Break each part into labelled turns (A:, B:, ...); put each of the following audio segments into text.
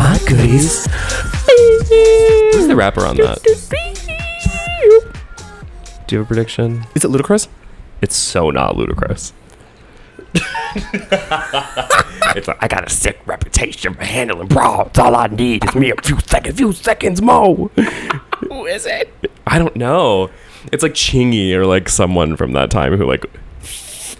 A: Species. Who's the rapper on that? Do you have a prediction?
B: Is it ludicrous?
A: It's so not ludicrous.
B: It's like I got a sick reputation for handling problems. All I need is me a few seconds, few seconds more. Who is it?
A: I don't know. It's like Chingy or like someone from that time who like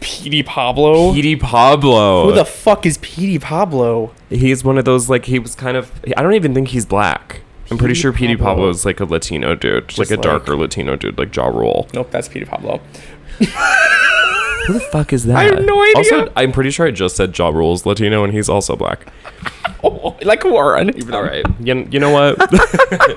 C: Petey Pablo.
A: Edie Pablo.
C: Who the fuck is Petey Pablo?
A: he's one of those like he was kind of I don't even think he's black. I'm pretty
C: Petey
A: sure Petey
C: Pablo.
A: Pablo is like a Latino dude, like a
C: like-
A: darker Latino dude, like Jaw Rule.
C: Nope, that's Petey Pablo.
A: Who the fuck is that?
C: I have no idea.
A: Also, I'm pretty sure I just said Jaw Rule's Latino, and he's also black.
C: Oh, like Warren. Even
A: All right, you, you know what?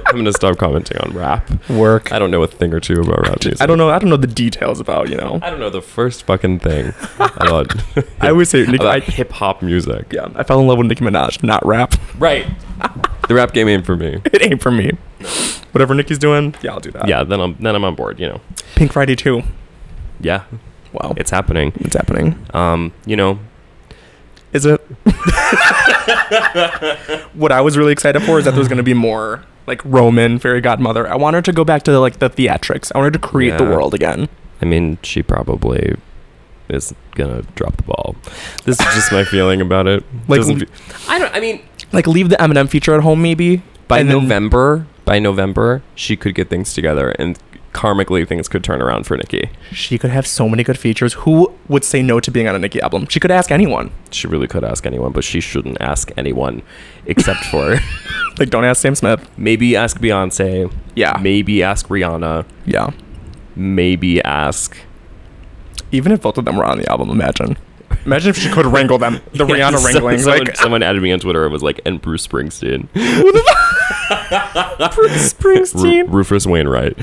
A: I'm gonna stop commenting on rap.
C: Work.
A: I don't know a thing or two about rap music.
C: I don't know. I don't know the details about you know.
A: I don't know the first fucking thing about,
C: I always say Nicki. I,
A: hip hop music.
C: yeah, I fell in love with Nicki Minaj, not rap.
A: Right. the rap game ain't for me.
C: It ain't for me. Whatever Nicki's doing, yeah, I'll do that.
A: Yeah, then I'm then I'm on board. You know.
C: Pink Friday too.
A: Yeah,
C: Wow, it's
A: it's happening.
C: it's happening.
A: Um, you know,
C: Is it? what I was really excited for is that there's gonna be more like Roman fairy godmother. I want her to go back to like the theatrics. I want her to create the
A: Yeah.
C: world again.
A: I mean, she probably is gonna drop the ball. This is just my feeling about it.
C: Like,
A: Doesn't
C: l-
A: fe- I don't. I mean,
C: Like leave the Eminem feature at home maybe.
A: by
C: and then-
A: November, by November, she could get things together, and karmically, things could turn around for Nikki.
C: She could have so many good features. Who would say no to being on a Nicki album? She could ask anyone.
A: She really could ask anyone, but she shouldn't ask anyone, except for
C: Like don't ask Sam Smith.
A: maybe ask Beyonce.
C: Yeah.
A: Maybe ask Rihanna.
C: Yeah.
A: Maybe ask.
C: Even if both of them were on the album, imagine. Imagine if she could wrangle them. The
A: Yeah,
C: Rihanna
A: so-
C: wrangling.
A: Someone,
C: like
A: someone added me on Twitter and was like, "And Bruce Springsteen, Ru-
C: Springsteen.
A: Rufus Wainwright."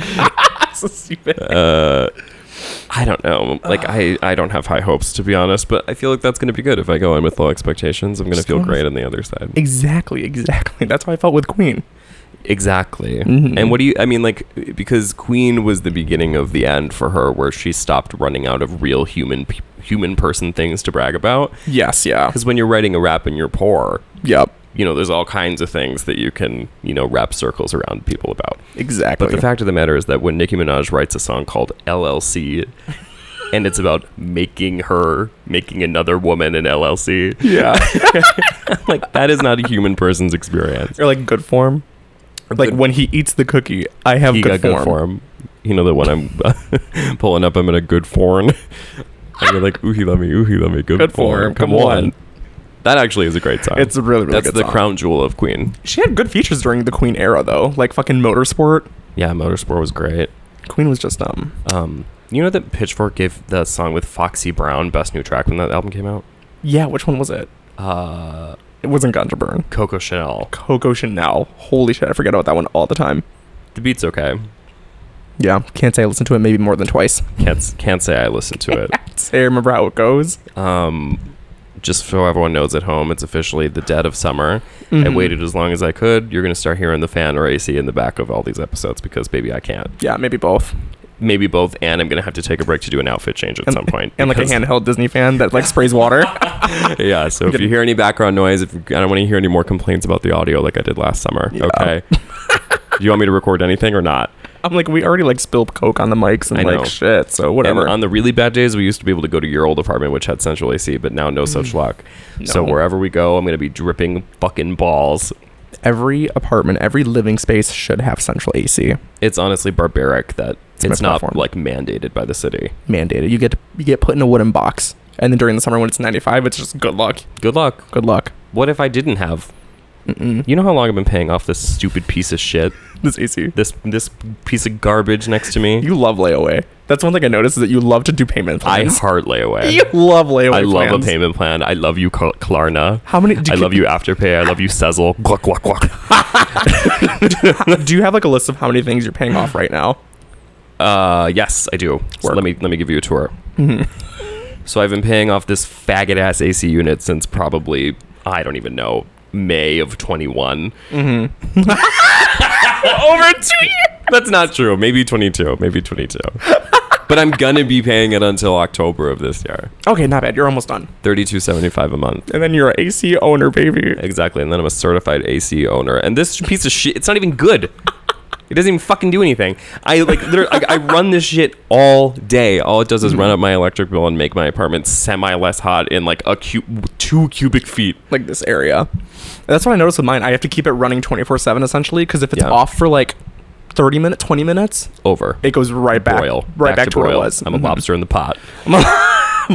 C: so stupid.
A: uh, I don't know. Like I, I don't have high hopes to be honest, but I feel like that's going to be good. If I go in with low expectations, I'm going to
C: Just
A: feel
C: go with-
A: great on the other side.
C: Exactly, exactly. That's how I felt with Queen.
A: Exactly.
C: Mhm.
A: And what do you? I mean, like because Queen was the beginning of the end for her, where she stopped running out of real human pe- human person things to brag about.
C: Yes, yeah.
A: Because when you're writing a rap and you're poor,
C: Yep.
A: you know there's all kinds of things that you can you know wrap circles around people about.
C: Exactly.
A: But the fact of the matter is that when Nicki Minaj writes a song called LLC, and it's about making her making another woman an LLC,
C: yeah.
A: like that is not a human person's experience.
C: or like good form. Like
A: Good-
C: when he eats the cookie, I have
A: he got
C: good, form.
A: good form. You know the one I'm pulling up. I'm in a good form. And you're like, ooh, he let me, ooh, he let me, good,
C: Good form,
A: form.
C: come on.
A: That actually is a great song.
C: It's a really, really
A: That's
C: good
A: the
C: song.
A: crown jewel of Queen.
C: She had good features during the Queen era though, like fucking Motorsport.
A: Yeah, Motorsport was great.
C: Queen was just um
A: Um, you know that Pitchfork gave the song with Foxy Brown best new track when that album came out.
C: Yeah, which one was it?
A: Uh,
C: It wasn't Ganja Burn.
A: Coco Chanel.
C: Coco Chanel. Holy shit, I forget about that one all the time.
A: The beat's okay.
C: Yeah, can't say I listened to it maybe more than twice.
A: Can't can't say I listened to it.
C: I remember how it goes.
A: Um, just so everyone knows at home, it's officially the dead of summer. I
C: Mhm.
A: waited as long as I could. You're gonna start hearing the fan or AC in the back of all these episodes because baby, I can't.
C: Yeah, maybe both.
A: Maybe both, and I'm gonna have to take a break to do an outfit change at
C: And-
A: some point.
C: And like a
A: because-
C: handheld Disney fan that like sprays water.
A: yeah. So if you hear any background noise, if you, I don't want to hear any more complaints about the audio like I did last summer.
C: Yeah.
A: Okay. do you want me to record anything or not?
C: I'm like, we already like spilled coke on the mics and
A: I
C: like
A: know.
C: shit, so whatever.
A: And on the really bad days, we used to be able to go to your old apartment, which had central AC, but now no such luck. So
C: Mm-hmm. No.
A: wherever we go, I'm going to be dripping fucking balls.
C: every apartment, every living space should have central AC
A: It's honestly barbaric that it's,
C: my
A: not
C: platform.
A: like mandated by the city.
C: mandated. You get you get put in a wooden box, and then during the summer when it's 95, it's just good luck,
A: Good luck.
C: good luck.
A: What if I didn't have?
C: Mm-mm.
A: You know how long I've been paying off this stupid piece of shit,
C: This AC.
A: this this piece of garbage next to me.
C: You love layaway. That's one thing I noticed is that you love to do payment
A: I
C: plans.
A: heart layaway.
C: you love layaway.
A: I love
C: plans.
A: a payment plan. I love you, Kl- Klarna.
C: How many? Do
A: I love you, Afterpay. I love you, Sezzle. Guac, guac, guac.
C: Do you have like a list of how many things you're paying off right now?
A: Uh, yes, I do. So
C: Work.
A: let me let me give you a tour. so I've been paying off this faggot ass AC unit since probably I don't even know May of twenty Over two years. That's not true. Maybe twenty two. Maybe twenty two.
D: but I'm gonna be paying it until October of this year.
C: Okay, not bad. You're almost done.
D: Thirty-two seventy-five a month.
C: And then you're an AC owner, baby.
D: Exactly, and then I'm a certified AC owner. And this piece of shit, it's not even good. It doesn't even fucking do anything. I like, literally- I, I run this shit all day. All it does is run up my electric bill and make my apartment semi less hot in like a cu- two cubic feet.
C: Like this area. That's what I noticed with mine. I have to keep it running 24 7 essentially because if it's
D: Yeah.
C: off for like 30 minutes, 20 minutes,
D: Over.
C: it goes right back,
D: Broil.
C: right back, to, where it
D: broil.
C: was.
A: I'm a
C: Mhm.
A: lobster in the pot.
C: I'm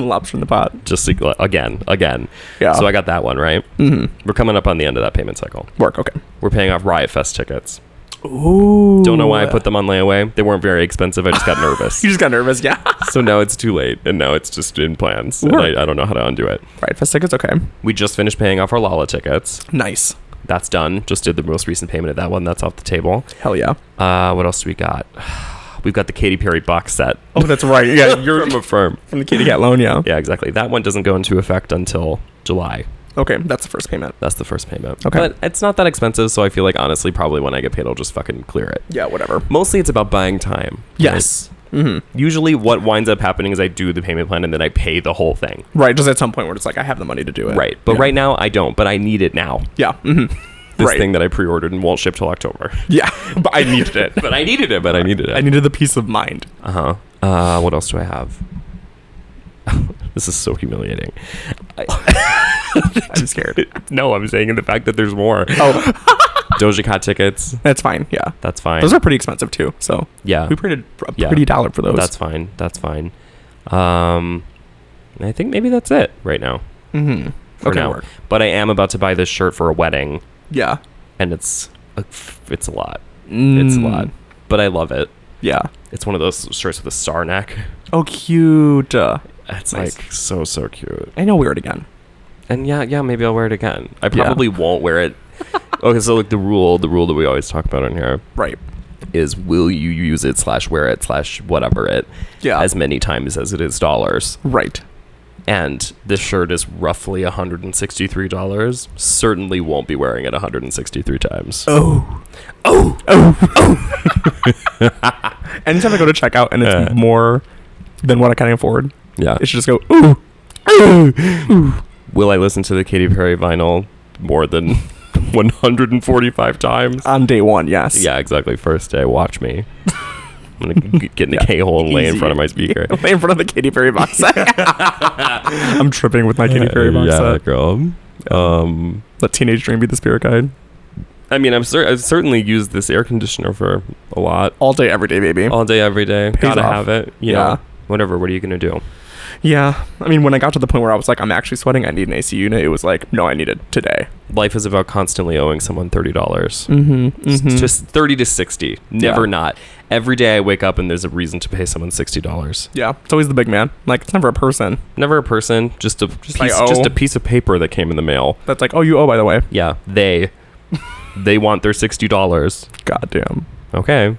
C: a lobster in the pot.
A: Just to- again, again.
C: Yeah.
A: So I got that one right. Mm-hmm. We're coming up on the end of that payment cycle.
C: Work. Okay.
A: We're paying off Riot Fest tickets.
C: Ooh.
A: Don't know why I put them on layaway. They weren't very expensive. I just got nervous.
C: You just got nervous. Yeah.
A: so now it's too late, and now it's just in plans. And
C: Work.
A: I, I don't know how to undo it.
C: right. Fest tickets. Okay.
A: We just finished paying off our Lala tickets.
C: Nice.
A: That's done. Just did the most recent payment of that one. That's off the table.
C: Hell yeah.
A: Uh, what else do we got? We've got the Katy Perry box set
C: Oh, that's right. Yeah. You're
A: from a firm.
C: from the kitty cat loan. Yeah.
A: Yeah, exactly. That one doesn't go into effect until July.
C: Okay. That's the first payment.
A: That's the first payment.
C: Okay.
A: But it's not that expensive, so I feel like honestly, probably when I get paid, I'll just fucking clear it.
C: Yeah. Whatever.
A: Mostly it's about buying time.
C: Yes. Mm-hmm.
A: right? Usually what winds up happening is I do the payment plan and then I pay the whole thing.
C: Right. Just at some point where it's like, I have the money to do it.
A: Right. But
C: yeah.
A: right now I don't, but I need it now.
C: Yeah. hmm
A: This
C: Right.
A: thing that I pre ordered and won't ship till October.
C: Yeah. but I needed it.
A: but I needed it, but I needed
C: I
A: it.
C: needed the peace of mind.
A: Uh huh. Uh, what else do I have? this is so humiliating.
C: I'm scared.
A: No, I'm saying in the fact that there's more.
C: oh,
A: Doja Cat tickets.
C: that's fine. Yeah.
A: That's fine.
C: Those are pretty expensive too. So
A: yeah.
C: we paid a
A: Yeah.
C: pretty dollar for those.
A: That's fine. That's fine. Um, I think maybe that's it right now.
C: mm-hmm.
A: For
C: okay.
A: now.
C: Work.
A: But I am about to buy this shirt for a wedding,
C: Yeah.
A: and it's a, it's a lot. It's a
C: Mm.
A: lot, but I love it.
C: Yeah.
A: It's one of those shirts with a star neck.
C: Oh, cute. Uh,
A: It's
C: Nice.
A: like so so cute.
C: I know we're it again.
A: And yeah, yeah, maybe I'll wear it again. I
C: Yeah.
A: probably won't wear it. okay, so like the rule, the rule that we always talk about on here
C: Right.
A: is will you use it slash wear it slash whatever it
C: Yeah.
A: as many times as it is dollars.
C: Right.
A: and this shirt is roughly $163 certainly won't be wearing it 163 times
C: Oh. Oh. Oh. oh. Anytime I go to checkout and it's
A: Uh.
C: more than what I can afford,
A: yeah
C: it should just go, ooh. ooh.
A: will i listen to the Katy perry vinyl more than 145 times
C: On day one, yes.
A: yeah exactly first day watch me i'm gonna g- get in a k-hole and lay in
C: Easy.
A: front of my speaker
C: Lay in front of the Katy Perry box set. I'm tripping with my Katy Perry box
A: Uh, yeah
C: set.
A: girl um
C: Let Teenage Dream be the spirit guide.
A: i mean i'm cer- i've certainly used this air conditioner for a lot
C: All day, every day, baby.
A: all day every day
C: Pays
A: gotta
C: off.
A: have it you
C: Yeah.
A: know whatever what are you gonna do
C: Yeah. I mean, when I got to the point where I was like, I'm actually sweating, I need an AC unit, it was like, no, I need it today.
A: life is about constantly owing someone thirty dollars.
C: Mm-hmm.
A: Just thirty to sixty, never
C: Yeah.
A: not. Every day I wake up and there's a reason to pay someone sixty dollars.
C: Yeah. It's always the big man. Like, it's never a person
A: Never a person, just a piece,
C: like, oh.
A: just a piece of paper that came in the mail.
C: that's like, oh, you owe, by the way.
A: Yeah, they they want their sixty dollars.
C: God damn.
A: Okay,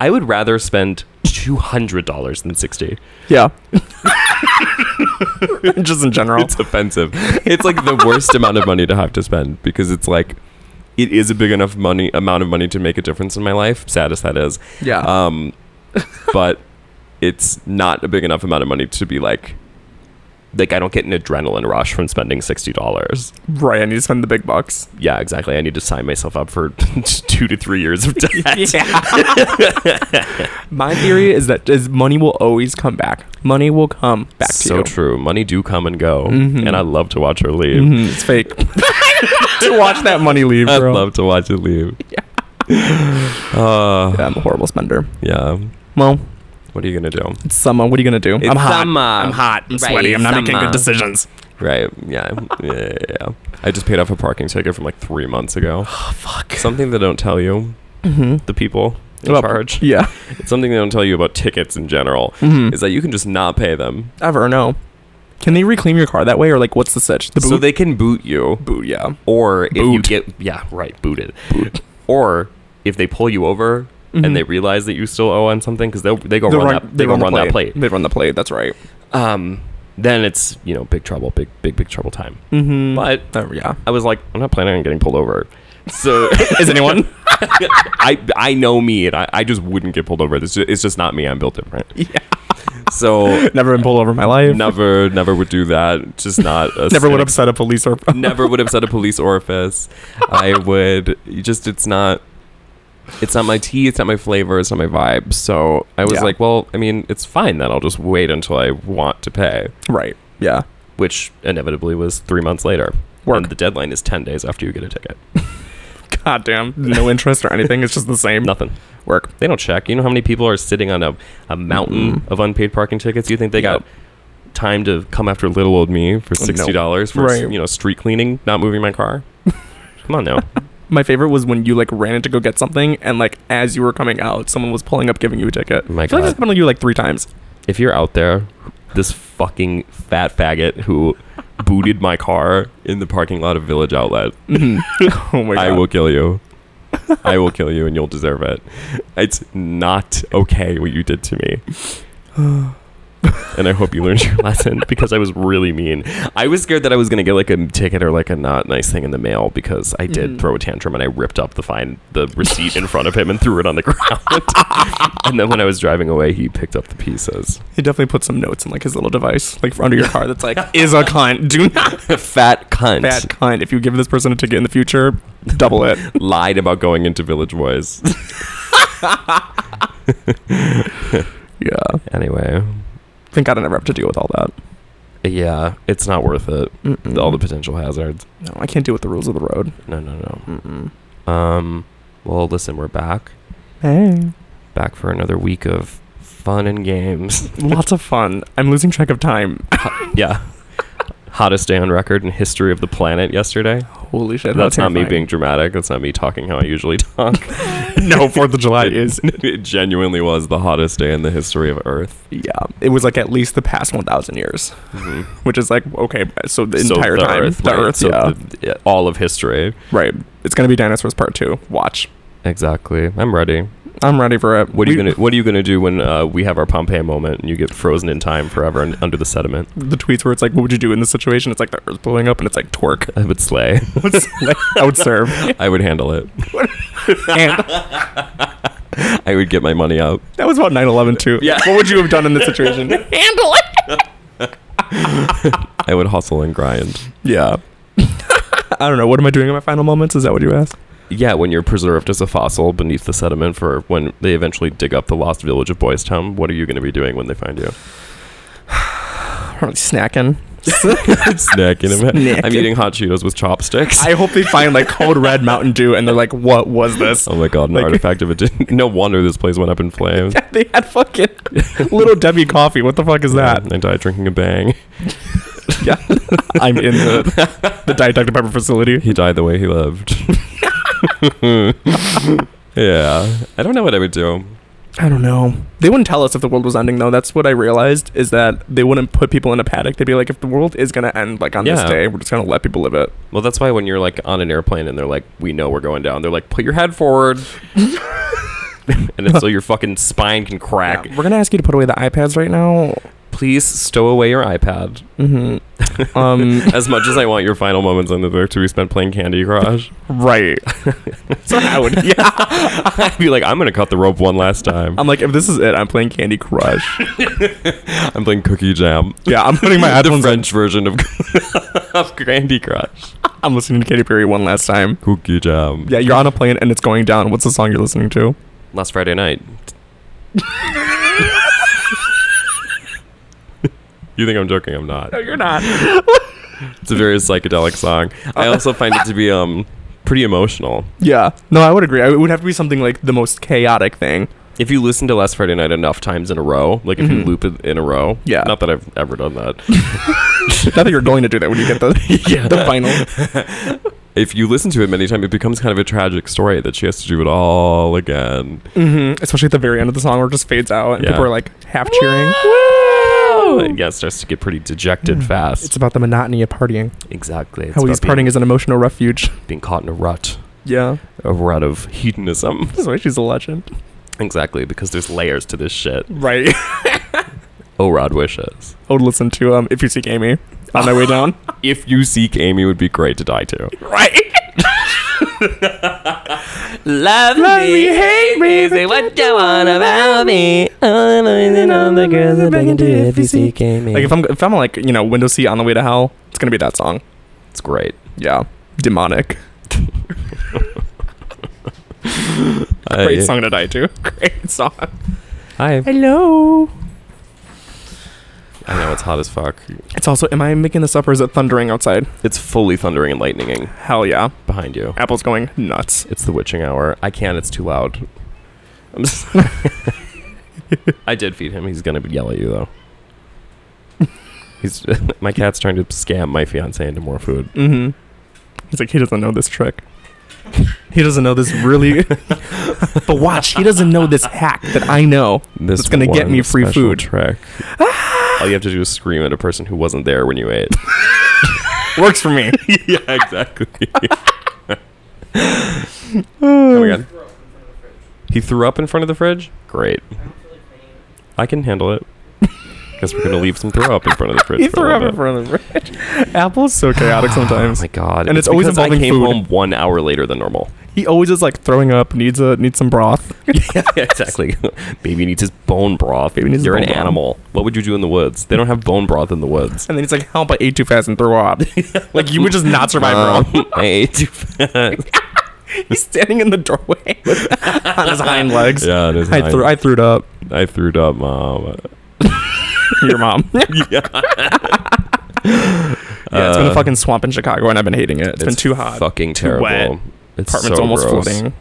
A: I would rather spend two hundred dollars than sixty.
C: Yeah. Just in general.
A: It's offensive. It's like the worst amount of money to have to spend because it's like it is a big enough money amount of money to make a difference in my life. Sad as that is,
C: yeah.
A: Um, but it's not a big enough amount of money to be like, like I don't get an adrenaline rush from spending sixty dollars.
C: right. I need to spend the big bucks.
A: Yeah, exactly. I need to sign myself up for two to three years of debt.
C: My theory is that is money will always come back. Money will come back
A: so
C: to you. Mm-hmm.
A: true. Money do come and go, and I love to watch her leave.
C: Mhm, It's fake. to watch that money leave,
A: I
C: girl.
A: love to watch it leave. Uh,
C: Yeah, I'm a horrible spender.
A: yeah.
C: Well,
A: What are you gonna do?
C: it's summer. What are you gonna do? I'm hot.
D: summer.
C: I'm hot. I'm sweaty.
D: Right,
C: I'm not making
D: summer.
C: good decisions.
A: Right. Yeah. Yeah, yeah. yeah. I just paid off a parking ticket from like three months ago. Oh, fuck. Something they don't tell you, the people in
C: Well,
A: charge. Mm-hmm.
C: Mm-hmm. Yeah. Mm-hmm.
A: Something they don't tell you about tickets in general is that you can just not pay them.
C: Ever no. Can they reclaim your car that way, or like, what's the sitch? The boot.
A: So they can boot you,
C: boot. Yeah.
A: or if you
C: Boot.
A: get yeah right booted, or if they pull you over and they realize that you still owe on something because they'll they go
C: Mm-hmm. They
A: run, that they, go run,
C: the
A: that plate.
C: They run the plate. That's right.
A: Um, then it's you know big trouble, big big big trouble time.
C: Mm-hmm.
A: But
C: Uh, yeah.
A: I was like, I'm not planning on getting pulled over. So
C: Is anyone?
A: I I know me, and I, I just wouldn't get pulled over. It's just, it's just not me. I'm built different.
C: yeah.
A: So
C: Never been pulled over in my life.
A: never never would do that. Just not. A
C: Never would upset a police or
A: never would upset a police orifice. I would you just it's not it's not my tea, it's not my flavor, it's not my vibe. So I was
C: Yeah.
A: like, well, I mean, it's fine then. I'll just wait until I want to pay,
C: right. Yeah.
A: which inevitably was 3 months later.
C: Work.
A: And the deadline is 10 days after you get a ticket.
C: God damn. No interest or anything. It's just the same.
A: Nothing.
C: Work.
A: They don't check. You know how many people are sitting on a, a mountain of unpaid parking tickets? You think they got time to come after little old me for $60 for s-
C: Oh, Right.
A: you know street cleaning, not moving my car? come on now.
C: My favorite was when you like ran in to go get something, and like as you were coming out, someone was pulling up, giving you a ticket.
A: My
C: I feel
A: God.
C: like this happened to you like three times.
A: if you're out there, this fucking fat faggot who booted my car in the parking lot of Village Outlet,
C: Oh my god.
A: I will kill you. I will kill you and you'll deserve it. It's not okay what you did to me. and I hope you learned your lesson because I was really mean. I was scared that I was going to get like a ticket or like a not nice thing in the mail because I did throw a tantrum and I ripped up the fine the receipt in front of him and threw it on the ground. and then when I was driving away, he picked up the pieces.
C: He definitely put some notes in like his little device, like for under your car. That's like is a cunt. Do not
A: fat cunt
C: bad cunt. If you give this person a ticket in the future, double it.
A: lied about going into Village Boys.
C: Yeah.
A: anyway,
C: Thank God I never have to deal with all that.
A: yeah, it's not worth it. All the potential hazards.
C: No, I can't deal with the rules of the road.
A: No, no, no. Um, well, listen, we're back,
C: Hey.
A: back for another week of fun and games.
C: Lots of fun. I'm losing track of time.
A: yeah. Hottest day on record in history of the planet yesterday.
C: Holy shit. how
A: Oh, That's not me
C: terrifying.
A: being dramatic. That's not me talking how I usually talk.
C: No, 4th of July is.
A: it genuinely was the hottest day in the history of Earth.
C: Yeah. It was like at least the past 1,000 years,
A: Mhm.
C: which is like, okay, so the
A: So
C: entire time.
A: Earth,
C: the
A: right?
C: Earth,
A: So
C: yeah.
A: the- yeah, all of history.
C: right. It's going to be Dinosaurs Part 2. Watch.
A: Exactly. I'm ready.
C: I'm ready for it.
A: What are you
C: We-
A: gonna What are you gonna do when uh, we have our Pompeii moment and you get frozen in time forever and under the sediment?
C: The tweets where it's like, what would you do in this situation? It's like the Earth blowing up and it's like twerk.
A: I would slay.
C: It's like, I would serve.
A: I would handle it.
C: And
A: I would get my money out.
C: that was about 9 11 too.
A: Yeah.
C: What would you have done in this situation?
B: Handle it.
A: I would hustle and grind.
C: Yeah. I don't know. What am I doing in my final moments? Is that what you asked?
A: Yeah, when you're preserved as a fossil beneath the sediment for when they eventually dig up the lost village of Boys Town, what are you gonna be doing when they find you?
C: Probably snacking.
A: Snacking.
C: Snacking.
A: I'm eating hot Cheetos with chopsticks.
C: I hope they find like cold red Mountain Dew and they're like, what was this?
A: Oh my god, an
C: Like-
A: artifact of a No wonder this place went up in flames.
C: they had fucking Little Debbie coffee. What the fuck is that?
A: I died drinking a bang.
C: Yeah. I'm in the, the Diet Dr. Pepper facility.
A: He died the way he lived. yeah. I don't know what I would do.
C: I don't know. They wouldn't tell us if the world was ending though. That's what I realized is that they wouldn't put people in a paddock. They'd be like, if the world is gonna end like on
A: Yeah.
C: this day, we're just gonna let people live it.
A: Well, that's why when you're like on an airplane and they're like, "We know we're going down," they're like, "Put your head forward," and it's so your fucking spine can crack.
C: We're gonna ask you to put away the iPads right now.
A: Please stow away your iPad.
C: Mm-hmm. Um,
A: As much as I want your final moments on the earth to be spent playing Candy Crush,
C: right. so I would. Yeah.
A: I'd be like, "I'm gonna cut the rope one last time."
C: I'm like, if this is it, I'm playing Candy Crush.
A: I'm playing Cookie Jam,
C: yeah, I'm putting my
A: the
C: headphones on.
A: French version of, of Candy Crush.
C: I'm listening to Katy Perry one last time.
A: Cookie Jam.
C: Yeah, you're on a plane and it's going down. What's the song you're listening to?
A: Last Friday night. you think I'm joking? I'm not.
C: you're not.
A: It's a very psychedelic song. I also find it to be um pretty emotional.
C: Yeah. No, I would agree. I, it would have to be something like the most chaotic thing.
A: If you listen to Last Friday Night enough times in a row, like if you loop it in a row,
C: Mm-hmm. Yeah.
A: Not that I've ever done that.
C: not that you're going to do that when you get the the final.
A: if you listen to it many times, it becomes kind of a tragic story that she has to do it all again.
C: Mm-hmm. Especially at the very end of the song where it just fades out and
A: Yeah.
C: people are like half cheering.
A: But yeah, it starts to get pretty dejected fast.
C: Oh. Mm. It's about the monotony of partying.
A: exactly. It's
C: How
A: about
C: he's
A: being,
C: partying is an emotional refuge.
A: being caught in a rut,
C: Yeah.
A: a rut of hedonism.
C: That's why she's a legend.
A: exactly, because there's layers to this shit.
C: Right.
A: Oh, Rod wishes.
C: I would listen to um if you seek Amy on my way down.
A: If you seek Amy, would be great to die to.
C: right.
A: Love,
C: me, hate me,
A: Say what you want about me. Oh, All the boys and all the girls are begging to if you see came in.
C: Like if I'm if I'm like you know window seat on the way to hell, it's gonna be that song.
A: it's great.
C: Yeah, demonic.
A: Uh,
C: Great song to die to. Great song.
A: Hi.
C: Hello.
A: I know it's hot as fuck.
C: It's also. Am I making this up or is it thundering outside?
A: It's fully thundering and lightninging
C: Hell yeah.
A: behind you.
C: Apple's going nuts.
A: It's the witching hour. I can't. It's too loud. I'm s- I did feed him. He's gonna yell at you though. He's my cat's trying to scam my fiance into more food.
C: Mm-hmm. He's like he doesn't know this trick. He doesn't know this really. but watch, he doesn't know this hack that I know.
A: This
C: It's gonna get
A: one
C: me free
A: special
C: food. Ah!
A: Trick. All you have to do is scream at a person who wasn't there when you ate.
C: Works for me.
A: yeah, exactly. oh my god. He threw up in front of the fridge? Great. I can handle it. Guess we're gonna leave some throw up in front of the fridge.
C: he
A: for a
C: threw up
A: little
C: in
A: bit.
C: front of the fridge. Apple's so chaotic sometimes.
A: Oh my god.
C: And it's always
A: because I
C: involving
A: came
C: food.
A: home one hour later than normal.
C: He always is like throwing up. Needs a needs some broth.
A: yeah, exactly. Baby needs his bone broth.
C: Baby needs his
A: You're an
C: bone broth.
A: animal. What would you do in the woods? They don't have bone broth in the woods.
C: And then he's like, "Help! I ate too fast and threw up." like you would just not survive, bro.
A: Um, I ate too fast.
C: He's standing in the doorway with- on his hind legs.
A: Yeah, it is.
C: I threw. I threw it up.
A: I threw it up, mom.
C: Your mom. yeah. it's been
A: Uh,
C: a fucking swamp in Chicago, and I've been hating it. it's been too hot.
A: Fucking terrible.
C: wet.
A: It's
C: Apartment's
A: so
C: almost
A: gross.
C: flooding.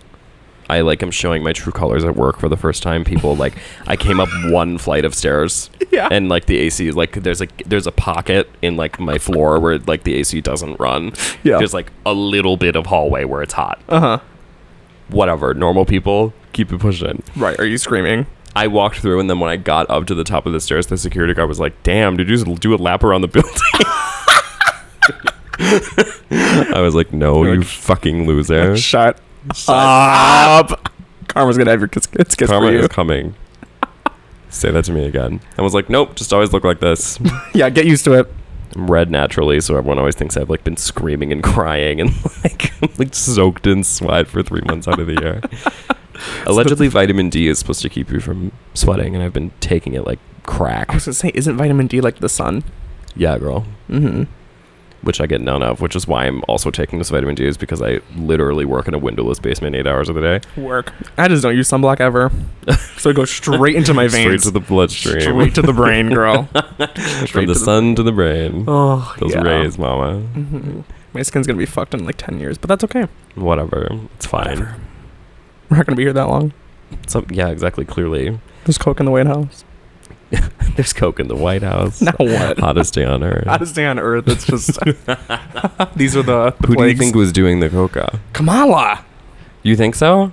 A: I like am showing my true colors at work for the first time. People like I came up one flight of stairs.
C: Yeah.
A: And like the AC is like there's like there's a pocket in like my floor where like the AC doesn't run.
C: Yeah.
A: There's like a little bit of hallway where it's hot.
C: Uh huh.
A: Whatever. Normal people keep it pushing.
C: Right? Are you screaming?
A: I walked through and then when I got up to the top of the stairs, the security guard was like, "Damn, did you just do a lap around the building?" I was like, "No, you fucking loser."
C: Shut up. Karma's gonna have your kiss kiss, kiss
A: Karma
C: for you.
A: is coming. Say that to me again. I was like, nope, just always look like this.
C: Yeah, get used to it.
A: I'm red naturally, so everyone always thinks I've like been screaming and crying and like I'm, like soaked in sweat for three months out of the year. Allegedly, vitamin D is supposed to keep you from sweating, and I've been taking it like
C: I
A: crack.
C: was gonna say, isn't vitamin D like the sun?
A: Yeah, girl.
C: Mm-hmm.
A: Which I get none of, which is why I'm also taking this vitamin D is because I literally work in a windowless basement eight hours of the day.
C: Work. I just don't use sunblock ever, so it goes straight into my
A: Straight
C: veins,
A: to the bloodstream.
C: Straight to the brain, girl.
A: From
C: straight
A: the
C: to the-
A: sun to the brain.
C: oh,
A: Those
C: yeah.
A: rays, mama.
C: Mhm. My skin's gonna be fucked in like ten years, but that's okay.
A: Whatever. It's fine.
C: We're not gonna be here that long.
A: Some, yeah, exactly. Clearly,
C: There's coke in the White House.
A: there's coke in the White House.
C: Now what?
A: Hottest day on earth.
C: Hottest day on earth. It's just these are the, the
A: Who do you
C: plagues.
A: think was doing the coca?
C: Kamala.
A: You think so?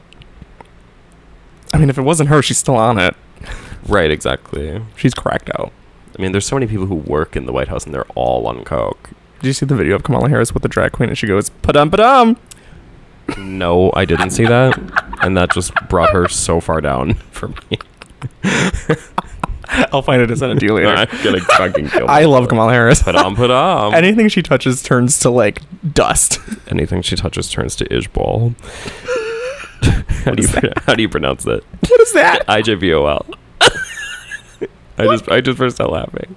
C: I mean, if it wasn't her, she's still on it.
A: Right, exactly. I
C: She's cracked out.
A: mean, there's so many people who work in the White House and they're all on coke.
C: Did you see the video of Kamala Harris with the drag queen and she goes, "Padum padum"?
A: No, I didn't see that, and that just brought her so far down for me.
C: I'll find it and send it to you
A: I'm
C: later.
A: gonna fucking kill.
C: I love Kamala Harris.
A: Put on, put on.
C: Anything she touches turns to like dust.
A: Anything she touches turns to ishbal. how do you how do you pronounce that?
C: What is that?
A: I J V O L. I just I just burst out laughing.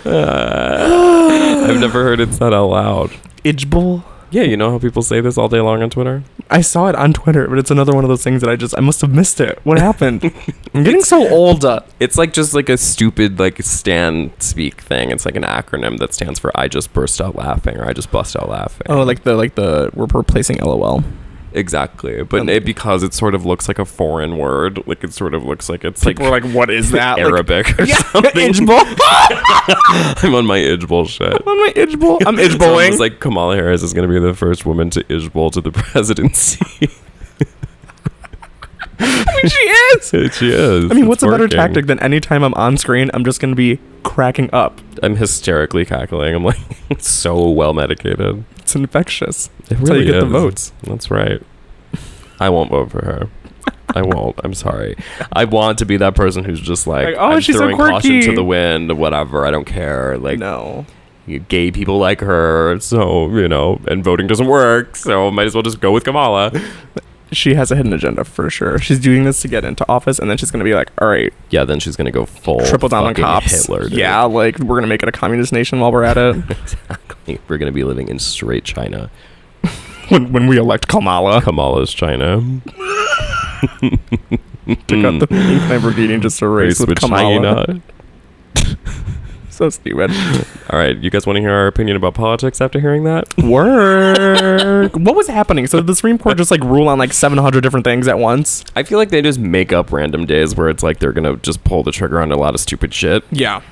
A: Uh, I've never heard it said out loud.
C: Idgeball.
A: Yeah, you know how people say this all day long on Twitter?
C: I saw it on Twitter, but it's another one of those things that I just I must have missed it. What happened? I'm getting so old. uh,
A: It's like just like a stupid like stan speak thing. It's like an acronym that stands for I just burst out laughing or I just bust out laughing.
C: Oh, like the like the we're replacing LOL.
A: exactly.
C: Um,
A: But it, because it sort of looks like a foreign word, like it sort of looks like it's like,
C: People are like, what is that? Like,
A: Arabic or something.
C: Idgeball.
A: I'm on my itch bullshit.
C: on my Idgeball. I'm
A: It's almost
C: Idgeballing.
A: like Kamala Harris is going to be the first woman to Ishbal to the presidency.
C: she is.
A: she is.
C: I mean, what's a better tactic than anytime I'm on screen, I'm just gonna be cracking up.
A: I'm hysterically cackling. I'm like so well medicated.
C: It's infectious.
A: It
C: That's how you get the votes.
A: That's right. I won't vote for her. I won't. I'm sorry. I want to be that person who's just like,
C: Like, oh,
A: I'm
C: she's so
A: throwing caution
C: quirky.
A: to the wind, whatever. I don't care. Like,
C: no.
A: you know, gay people like her, so you know, and voting doesn't work, so might as well just go with Kamala.
C: She has a hidden agenda for sure. She's doing this to get into office, and then she's gonna be like, "All right,
A: Yeah, then she's gonna go full
C: triple down on
A: fucking
C: cops.
A: Hitler. dude.
C: yeah, like we're gonna make it a communist nation while we're at it.
A: exactly. We're gonna be living in straight China.
C: when when we elect Kamala,
A: Kamala's China.
C: took out the nickname for beating just a race,
A: Race
C: with
A: with
C: Kamala.
A: China.
C: So stupid.
A: All right, you guys want to hear our opinion about politics after hearing that?
C: Work. what was happening? So did the Supreme Court just like rule on like seven hundred different things at once?
A: I feel like they just make up random days where it's like they're gonna just pull the trigger on a lot of stupid shit.
C: Yeah.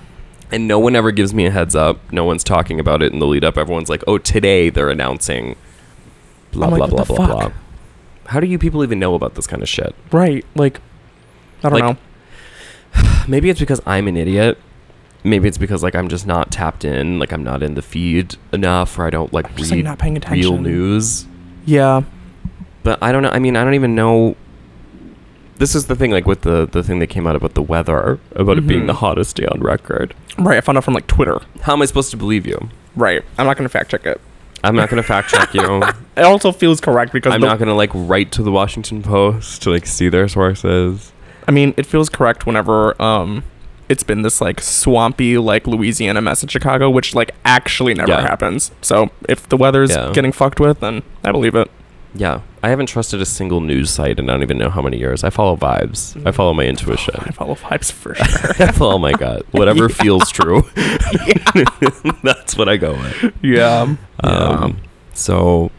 A: and no one ever gives me a heads up. No one's talking about it in the lead up. Everyone's like, "Oh, today they're announcing blah
C: I'm like,
A: blah blah
C: "What the
A: blah
C: fuck?"
A: blah." How do you people even know about this kind of shit?
C: Right. Like, I don't
A: Like-
C: know.
A: Maybe it's because I'm an idiot. Maybe it's because like I'm just not tapped in. Like I'm not in the feed enough, or I don't like
C: just, like,
A: read
C: not paying
A: real
C: attention.
A: news.
C: Yeah.
A: But I don't know. I mean, I don't even know. This is the thing, like with the the thing that came out about the weather, about it
C: Mm-hmm.
A: being the hottest day on record.
C: Right. I found out from like Twitter.
A: How am I supposed to believe you?
C: Right. I'm not gonna fact check it.
A: I'm not going to fact check you.
C: It also feels correct because
A: I'm
C: the-
A: not gonna like write to the Washington Post to like see their sources.
C: I mean, it feels correct whenever um it's been this like swampy like Louisiana mess in Chicago, which like actually never
A: Yeah.
C: happens. So if the weather's
A: Yeah.
C: getting fucked with, then I believe it.
A: Yeah, I haven't trusted a single news site in I don't even know how many years. I follow vibes.
C: Mm-hmm.
A: I follow my
C: I
A: intuition.
C: follow vibes for sure.
A: I follow my gut. Whatever feels true, that's what I go with.
C: yeah.
A: Um, so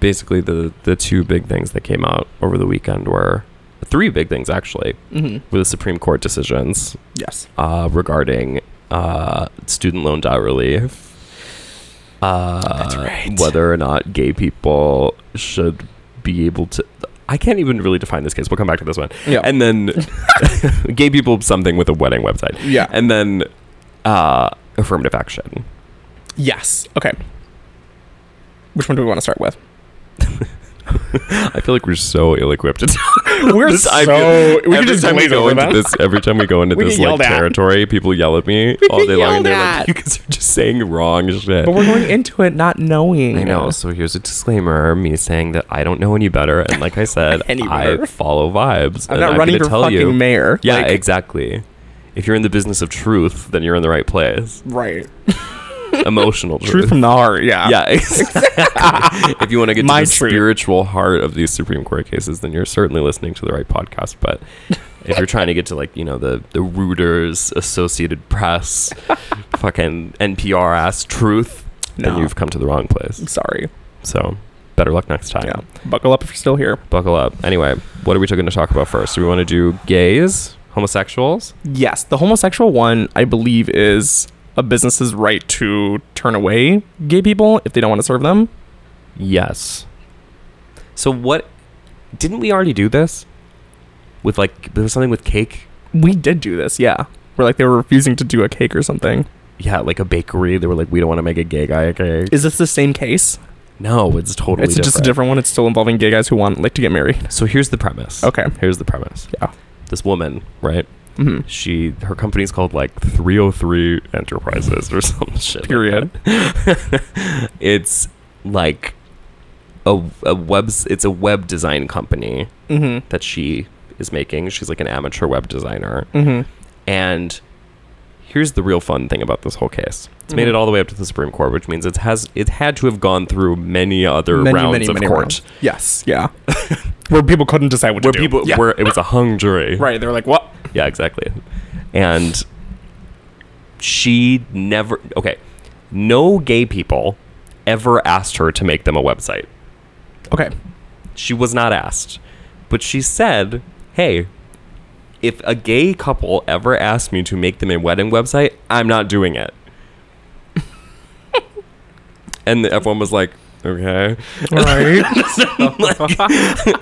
A: basically, the the two big things that came out over the weekend were three big things actually
C: Mm-hmm.
A: were the Supreme Court decisions
C: Yes.
A: uh, regarding uh, student loan debt relief. Uh,
C: right.
A: Whether or not gay people should be able to. I can't even really define this case. We'll come back to this one.
C: Yeah.
A: And then gay people something with a wedding website.
C: Yeah.
A: And then uh, affirmative action.
C: Yes. Okay. Which one do we want to start with?
A: I feel like we're so ill equipped to talk.
C: We're
A: This- I
C: so we
A: every
C: can just
A: time we
C: glaze
A: go
C: over
A: into
C: that.
A: this, every time we go into
C: We
A: this
C: get
A: like
C: yelled at.
A: territory, people yell at me all
C: get
A: day long,
C: yelled
A: and they're
C: at.
A: like, "You guys are just saying wrong shit."
C: But we're going into it not knowing.
A: I know. So here's a disclaimer: me saying that I don't know any better, and like I said,
C: Any
A: I
C: better.
A: follow vibes.
C: I'm
A: and
C: not
A: I'm
C: running
A: gonna
C: for
A: tell
C: fucking
A: you,
C: mayor.
A: Yeah,
C: Like,
A: exactly. If you're in the business of truth, then you're in the right place.
C: right.
A: Emotional truth.
C: Truth from the heart. Yeah.
A: yeah, exactly. if you want to get
C: My
A: to the
C: truth.
A: spiritual heart of these Supreme Court cases, then you're certainly listening to the right podcast. But if you're trying to get to like you know the the Reuters, Associated Press, fucking NPR ass truth,
C: No.
A: then you've come to the wrong place.
C: I'm sorry.
A: So better luck next time.
C: Yeah. Buckle up if you're still here.
A: Buckle up. Anyway, what are we going to talk about first? Do we want to do gays, homosexuals?
C: Yes, the homosexual one, I believe, is a business's right to turn away gay people if they don't want to serve them.
A: Yes. So what? Didn't we already do this? With like there was something with cake.
C: We did do this, yeah. Where like they were refusing to do a cake or something.
A: Yeah, like a bakery. They were like, we don't want to make a gay guy a cake.
C: Is this the same case?
A: No, it's totally
C: it's just a different one. It's still involving gay guys who want like to get married.
A: So here's the premise.
C: Okay.
A: Here's the premise.
C: Yeah.
A: This woman, right?
C: hmm
A: She her company's called like 303 Enterprises or some shit. like
C: Period.
A: it's like a, a web it's a web design company
C: hmm
A: that she is making she's like an amateur web designer
C: hmm
A: and here's the real fun thing about this whole case it's
C: Mm-hmm.
A: made it all the way up to the supreme court which means it has it had to have gone through many other rounds of court
C: rounds. Yes, yeah. Where people couldn't decide what
A: where
C: to
A: people
C: do. Yeah.
A: where it was a hung jury
C: right, they were like, what?
A: yeah exactly and she never okay no gay people ever asked her to make them a website
C: Okay.
A: She was not asked, but she said, "Hey, if a gay couple ever asked me to make them a wedding website, I'm not doing it." and everyone was like, "Okay,"
C: Right.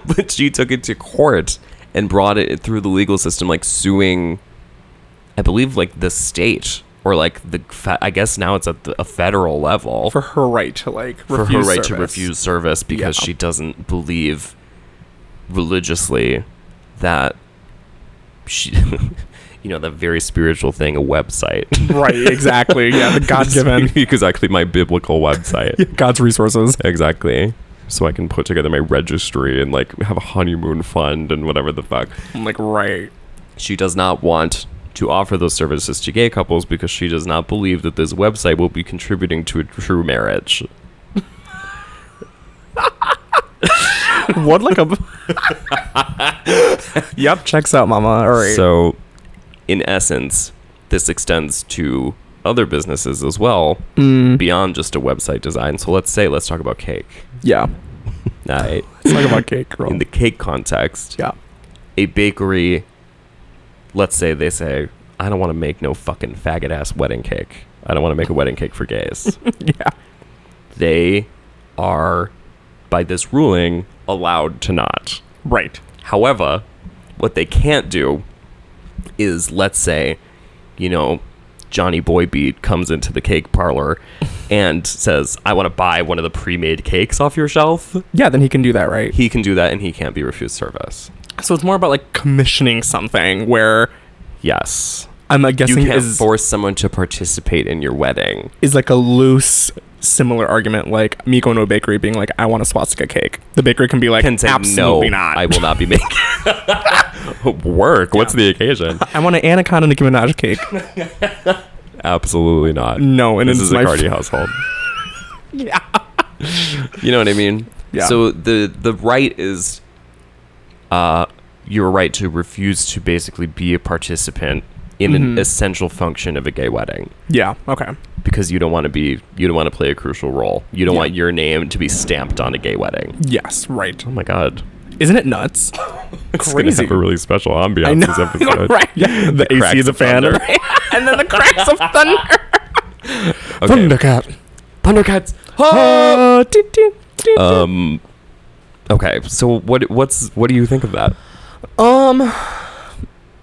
A: but she took it to court and brought it through the legal system, like suing, I believe, like the state or like the. Fe- I guess now it's at the, a federal level
C: for her right to like
A: for her
C: refuse
A: right to
C: service.
A: refuse service because
C: Yeah.
A: she doesn't believe religiously that she you know, that very spiritual thing, a website.
C: Right, exactly. Yeah, the God given
E: exactly my biblical website.
C: God's resources.
E: Exactly. So I can put together my registry and like have a honeymoon fund and whatever the fuck.
C: I'm like, right.
A: she does not want to offer those services to gay couples because she does not believe that this website will be contributing to a true marriage.
C: What like a Yep, checks out mama. All right.
A: So, in essence, this extends to other businesses as well
C: Mm.
A: beyond just a website design. So, let's say, let's talk about cake.
C: yeah.
A: Right.
C: Let's talk about cake, girl.
A: In the cake context,
C: yeah.
A: a bakery, let's say they say, I don't want to make no fucking faggot ass wedding cake. I don't want to make a wedding cake for gays.
C: Yeah.
A: they are, by this ruling, allowed to not.
C: Right.
A: However, what they can't do is, let's say, you know, Johnny Boy Beat comes into the cake parlor and says, I want to buy one of the pre made cakes off your shelf.
C: Yeah, then he can do that, right?
A: He can do that and he can't be refused service.
C: So it's more about like commissioning something where
A: Yes.
C: I'm uh,
A: You
C: guessing
A: can't
C: is
A: force someone to participate in your wedding.
C: is like a loose similar argument like me going to a bakery being like I want a swastika cake. The bakery can be like
A: Can say,
C: absolutely
A: no,
C: not.
A: I will not be making
E: Work. What's the occasion?
C: I want an anaconda Nicki Minaj cake.
E: Absolutely not.
C: No, and
E: This
C: it's
E: is a
C: my
E: Cardi
C: f-
E: household.
C: yeah.
A: You know what I mean?
C: Yeah.
A: So the the right is uh your right to refuse to basically be a participant in an
C: Mm-hmm.
A: essential function of a gay wedding
C: Yeah. Okay.
A: because you don't want to be you don't want to play a crucial role. You don't
C: Yeah.
A: want your name to be stamped on a gay wedding.
C: Yes, right.
A: Oh my god.
C: Isn't it nuts?
E: It's gonna have a really special ambiance this episode.
C: right. Yeah. The, AC is a fan.
E: thunder.
C: and then the cracks of thunder.
E: Okay.
C: Thundercat.
A: Thundercats.
C: Oh, toot, toot, toot,
E: Um
A: Okay. So what what's what do you think of that?
C: toot. um,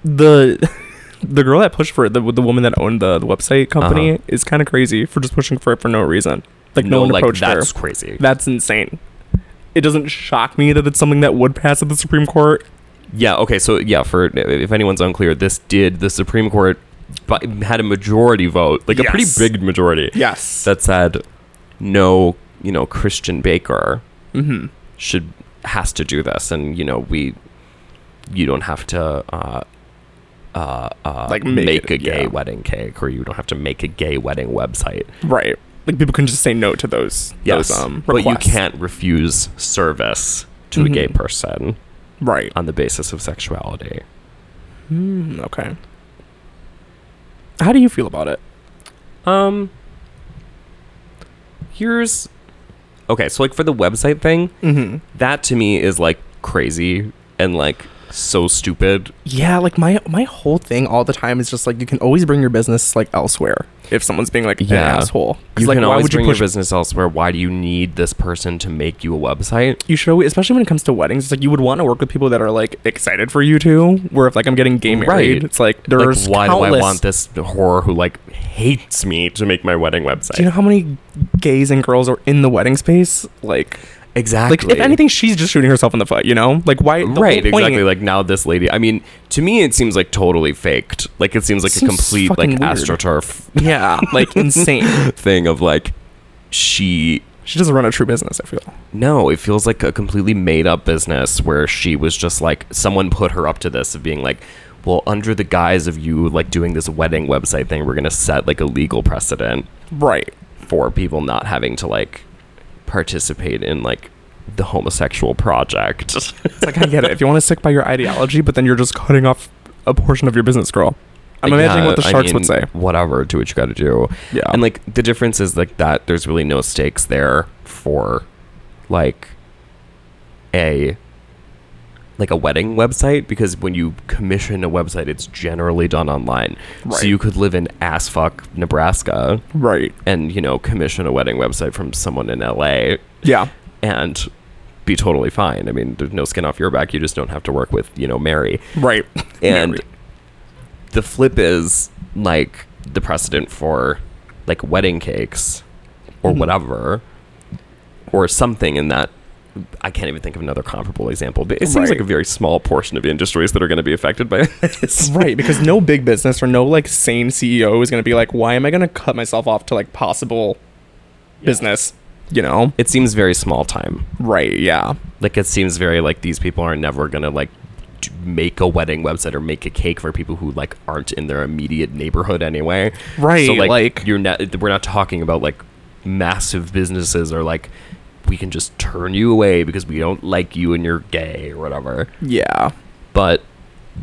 C: the the girl that pushed for it, the, the woman that owned the, the website company,
A: Uh-huh.
C: is kind of crazy for just pushing for it for no reason. Like no, one
A: like
C: approached
A: that's
C: her.
A: crazy.
C: That's insane. It doesn't shock me that it's something that would pass at the Supreme Court.
A: Yeah. Okay. So yeah, for if anyone's unclear, this did the Supreme Court bu- had a majority vote, like a pretty
C: Yes.
A: big majority.
C: Yes.
A: that said, no, you know, Christian Baker
C: Mm-hmm.
A: should has to do this, and you know, we, you don't have to, uh, uh, uh,
C: Like, make it-
A: a gay
C: yeah.
A: wedding cake, or you don't have to make a gay wedding website.
C: right. Like people can just say no to those.
A: Yes,
C: Those, um,
A: but you
C: requests.
A: can't refuse service to a gay
C: Mhm.
A: person
C: Right.
A: on the basis of sexuality.
C: Mm, okay. How do you feel about it?
A: Um, here's okay. So like for the website thing,
C: Mm-hmm.
A: that to me is like crazy and like so stupid
C: Yeah, like my my whole thing all the time is just like you can always bring your business like elsewhere if someone's being like
A: Yeah.
C: an asshole. 'Cause,
A: You
C: like,
A: can
C: why
A: always
C: would you
A: bring
C: push?
A: your business elsewhere. Why do you need this person to make you a website?
C: you should always, especially when it comes to weddings. It's like you would want to work with people that are like excited for you too. Where if like I'm getting gay married,
A: Right.
C: it's like
A: Like,
C: there's
A: why do I
C: countless-
A: want this whore who like hates me to make my wedding website?
C: Do you know how many gays and girls are in the wedding space? Like,
A: exactly.
C: like if anything, she's just shooting herself in the foot. You know, like why? the whole
A: right?
C: point-
A: Exactly. Like now, this lady. I mean, to me, it seems like totally faked. Like it seems like a
C: Seems
A: complete like
C: fucking weird.
A: astroturf
C: yeah, like insane.
A: thing of like she.
C: She doesn't run a true business. I feel.
A: No, it feels like a completely made up business where she was just like someone put her up to this of being like, well, under the guise of you like doing this wedding website thing, we're gonna set like a legal precedent.
C: Right.
A: for people not having to like participate in like the homosexual project.
C: It's like I get it. If you want to stick by your ideology, but then you're just cutting off a portion of your business, girl. I'm
A: Like,
C: imagining
A: yeah,
C: what the
A: I
C: sharks
A: mean,
C: would say.
A: Whatever, do what you got to do.
C: Yeah.
A: And like the difference is like that. There's really no stakes there for like a like a wedding website because when you commission a website, it's generally done online.
C: Right.
A: So you could live in ass fuck Nebraska
C: Right.
A: and you know commission a wedding website from someone in LA
C: Yeah.
A: and be totally fine. I mean, there's no skin off your back. You just don't have to work with, you know, Mary.
C: Right.
A: And
C: Mary.
A: the flip is like the precedent for
C: Mm-hmm.
A: like wedding cakes or whatever or something in that I can't even think of another comparable example. But it seems like
C: Right.
A: a very small portion of industries that are going to be affected by this.
C: Right, because no big business or no like sane CEO is going to be like, why am I going to cut myself off to like possible business? You know?
A: It seems very small time.
C: Right, yeah.
A: Like it seems very like these people are never going to like d- make a wedding website or make a cake for people who like aren't in their immediate neighborhood anyway.
C: Right,
A: So like,
C: like-
A: you're not we're not talking about like massive businesses or like we can just turn you away because we don't like you and you're gay or whatever.
C: Yeah.
A: but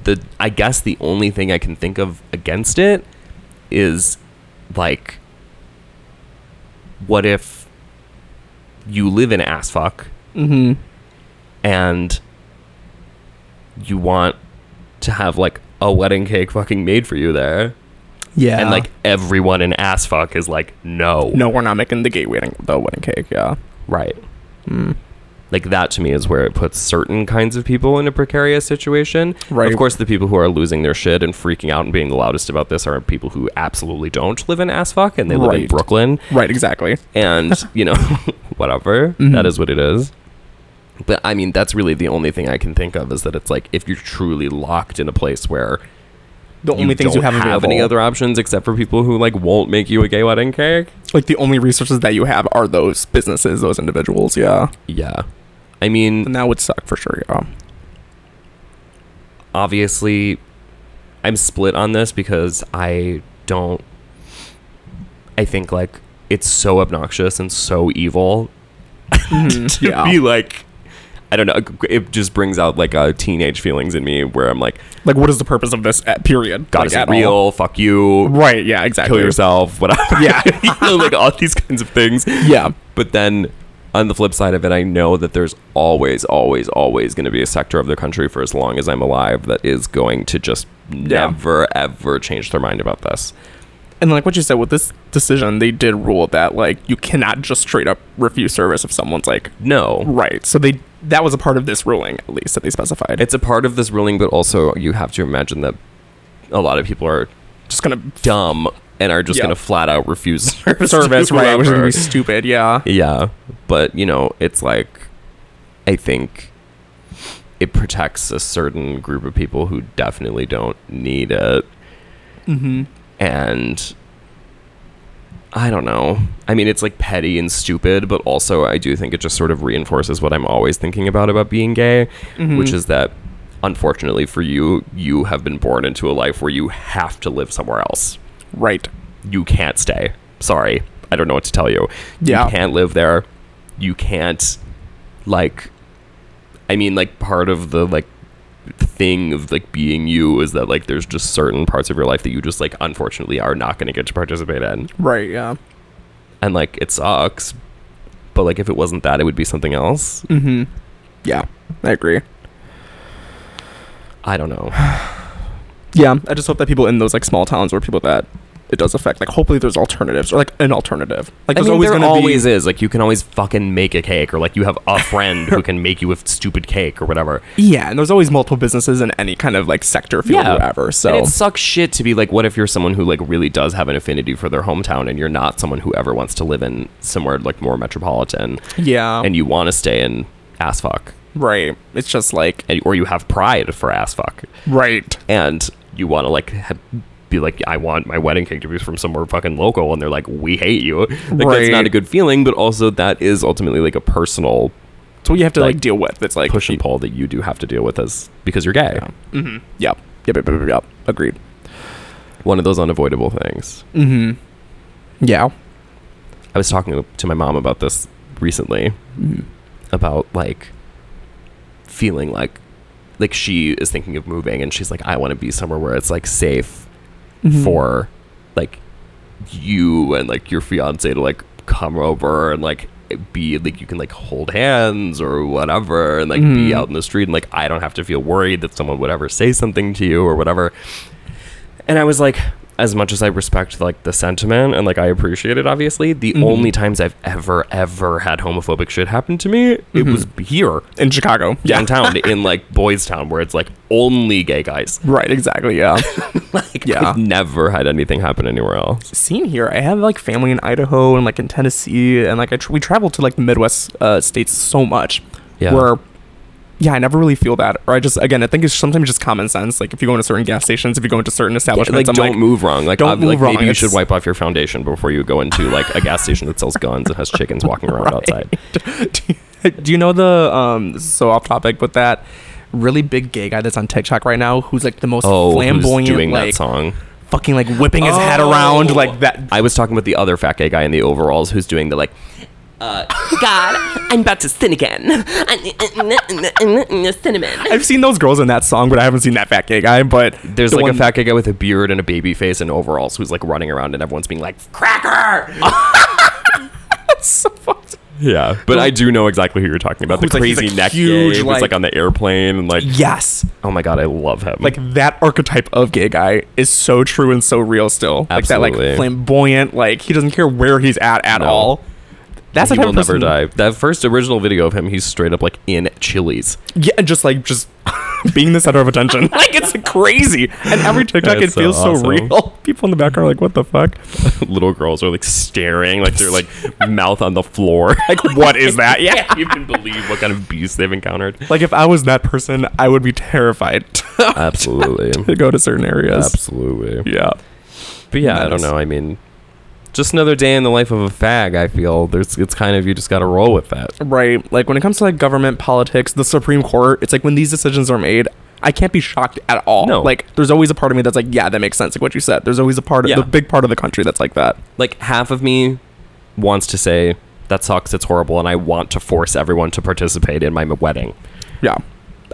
A: the I guess the only thing I can think of against it is like what if you live in assfuck
C: Mm-hmm.
A: and you want to have like a wedding cake fucking made for you there
C: Yeah.
A: and like everyone in assfuck is like no
C: no, we're not making the gate wedding, the wedding cake. Yeah.
A: right
C: Hmm.
A: like that to me is where it puts certain kinds of people in a precarious situation.
C: Right.
A: Of course, the people who are losing their shit and freaking out and being the loudest about this are people who absolutely don't live in Asfuck and they live in
C: Right.
A: Brooklyn
C: Right, exactly.
A: and you know whatever.
C: Mm-hmm.
A: That is what it is. But I mean, that's really the only thing I can think of is that it's like if you're truly locked in a place where
C: The only
A: you
C: things
A: don't
C: you have, available,
A: any other options except for people who like won't make you a gay wedding cake.
C: like the only resources that you have are those businesses, those individuals. Yeah.
A: Yeah. I mean,
C: And that would suck for sure. Yeah.
A: obviously I'm split on this because I don't I think like it's so obnoxious and so evil to
C: Yeah.
A: be like I don't know it just brings out like uh, teenage feelings in me where I'm like
C: Like, what is the purpose of this at period?
A: god
C: like,
A: isn't
C: at
A: real
C: all.
A: fuck you
C: Right. Yeah. Exactly.
A: kill yourself whatever
C: Yeah.
A: you know, like all these kinds of things
C: Yeah.
A: but then on the flip side of it, I know that there's always, always, always going to be a sector of the country for as long as I'm alive that is going to just never, ever change their mind about this.
C: And like what you said with this decision, they did rule that like you cannot just straight up refuse service if someone's like
A: No.
C: right. So they that was a part of this ruling at least that they specified. It's
A: It's a part of this ruling, but also you have to imagine that a lot of people are
C: just gonna
A: dumb and are just
C: Yeah.
A: going to flat out refuse service. to
C: service right, which is gonna
A: whoever.
C: be stupid. Yeah,
A: Yeah, but you know, it's like I think it protects a certain group of people who definitely don't need it. And I don't know. I mean, it's like petty and stupid, but also I do think it just sort of reinforces what I'm always thinking about about being gay, which is that unfortunately for you, you have been born into a life where you have to live somewhere else
C: right.
A: you can't stay. Sorry. I don't know what to tell you.
C: Yeah.
A: You can't live there. You can't like I mean like part of the like thing of like being you is that like there's just certain parts of your life that you just like unfortunately are not going to get to participate in.
C: Right, yeah.
A: And like it sucks. But like if it wasn't that it would be something else.
C: Mm-hmm. Yeah, I agree.
A: I don't know.
C: Yeah, I just hope that people in those like small towns or people that it does affect, like hopefully there's alternatives or like an alternative. Like
A: I
C: there's
A: mean,
C: always
A: there
C: gonna
A: always
C: be
A: is. Like, you can always fucking make a cake, or like you have a friend who can make you a stupid cake or whatever.
C: yeah, and there's always multiple businesses in any kind of like sector field
A: Yeah.
C: or whatever. So
A: And it sucks shit to be like, what if you're someone who like really does have an affinity for their hometown and you're not someone who ever wants to live in somewhere like more metropolitan
C: yeah,
A: and you want to stay in assfuck
C: right. It's just like
A: and, or you have pride for assfuck
C: right.
A: and you want to like ha- be like, I want my wedding cake to be from somewhere fucking local and they're like, we hate you. Like that's
C: Right.
A: not a good feeling, but also that is ultimately like a personal
C: So you have to like,
A: Like,
C: deal with. It's like
A: push and pull that you do have to deal with as because you're gay.
C: Yep. Yep. Yep. Yep. yep. Agreed.
A: One of those unavoidable things.
C: Mm-hmm. Yeah.
A: I was talking to my mom about this recently about like feeling like like she is thinking of moving and she's like I want to be somewhere where it's like safe
C: Mm-hmm.
A: for like you and like your fiance to like come over and like be like you can like hold hands or whatever and like be out in the street and like I don't have to feel worried that someone would ever say something to you or whatever and I was like, as much as I respect like the sentiment and like I appreciate it, obviously, the only times I've ever ever had homophobic shit happen to me, it was here
C: In Chicago.
A: downtown in like Boys Town, where it's like only gay guys.
C: Right. Exactly. Yeah.
A: Like,
C: Yeah.
A: I've never had anything happen anywhere else.
C: Seen here. I have like family in Idaho and like in Tennessee and like I tr we travel to like the Midwest uh, states so much.
A: Yeah.
C: where yeah i never really feel that or i just again i think it's sometimes just common sense like if you go into certain gas stations if you go into certain
A: like
C: establishments
A: don't
C: i'm like
A: move wrong. Like,
C: don't
A: ob-
C: move
A: like
C: wrong,
A: maybe you
C: it's-
A: should wipe off your foundation before you go into like a gas station that sells guns and has chickens walking around outside.
C: do you know the um this is so off topic but that really big gay guy that's on tiktok right now who's like the most
A: Oh,
C: flamboyant
A: who's doing
C: like
A: that song? Oh.
C: fucking like whipping his head around like that
A: I was talking with the other fat gay guy in the overalls who's doing the like.
F: God, I'm about to sin again. Cinnamon.
C: I've seen those girls in that song, but I haven't seen that fat gay guy. But
A: There's
C: the
A: like
C: one-
A: a fat gay guy with a beard and a baby face and overalls who's like running around and everyone's being like cracker.
C: so fucked.
A: Yeah, but I do know exactly who you're talking about. The
C: Who's, like, he's,
A: crazy
C: like,
A: neck
C: huge,
A: gay who's
C: like-
A: like on the airplane and like.
C: Yes,
A: Oh my god, I love him.
C: like that archetype of gay guy is so true and so real still. Like that, like
A: Absolutely.
C: flamboyant, like he doesn't care where he's at at
A: No.
C: all. That's
A: he
C: the type
A: will
C: of
A: never
C: person,
A: die. That first original video of him, he's straight up like in Chili's.
C: Yeah, and just like just being the center of attention, like it's crazy. And every TikTok, it
A: That's so
C: feels so
A: awesome.
C: real. People in the background are like, "What the fuck?
A: Little girls are like staring, like they're like mouth on the floor.
C: Like, what is that?" Yeah.
A: you can believe what kind of beast they've encountered.
C: Like if I was that person, I would be terrified to
A: Absolutely.
C: go to certain areas.
A: Absolutely.
C: Yeah.
A: But yeah, I
C: Nice.
A: don't know. I mean, just another day in the life of a fag, I feel. There's it's kind of you just got to roll with that.
C: Right. Like when it comes to like government politics, the Supreme Court, it's like when these decisions are made, I can't be shocked at all.
A: No.
C: Like there's always a part of me that's like, yeah, that makes sense. Like what you said. There's always a part of
A: Yeah.
C: the big part of the country that's like that.
A: Like half of me wants to say that sucks, it's horrible, and I want to force everyone to participate in my wedding.
C: Yeah.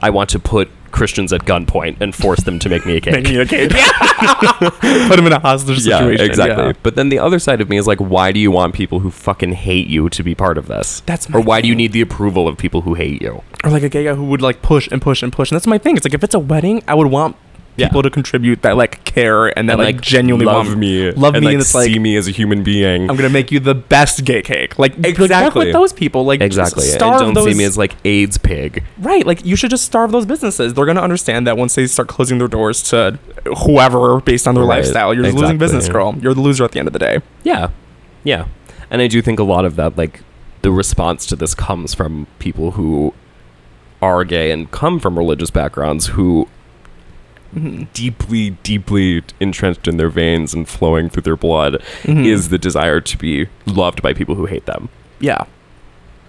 A: I want to put Christians at gunpoint and force them to make me a cake.
C: Making it a kid. Put him in a hostage
A: yeah,
C: situation.
A: exactly.
C: Yeah.
A: But then the other side of me is like, why do you want people who fucking hate you to be part of this?
C: That's my
A: or why do you need the approval of people who hate you?
C: Or like a gay guy who would like push and push and push. And that's my thing. It's like if it's a wedding, I would want
A: Yeah.
C: people to contribute that like care and that
A: And,
C: like, genuinely
A: love
C: want-
A: me,
C: Love
A: and,
C: me
A: like,
C: and it's like
A: see me as a human being.
C: I'm gonna make you the best gay cake. Like like, work
A: Exactly.
C: with those people. Like just
A: exactly, and
C: starve
A: don't see
C: those-
A: me as like AIDS pig.
C: Right, like you should just starve those businesses. They're gonna understand that once they start closing their doors to whoever based on their
A: Right,
C: lifestyle, you're just losing
A: exactly.
C: business, girl. You're the loser at the end of the day.
A: Yeah, yeah, and I do think a lot of that, like the response to this, comes from people who are gay and come from religious backgrounds who deeply, deeply entrenched in their veins and flowing through their blood is the desire to be loved by people who hate them
C: Yeah.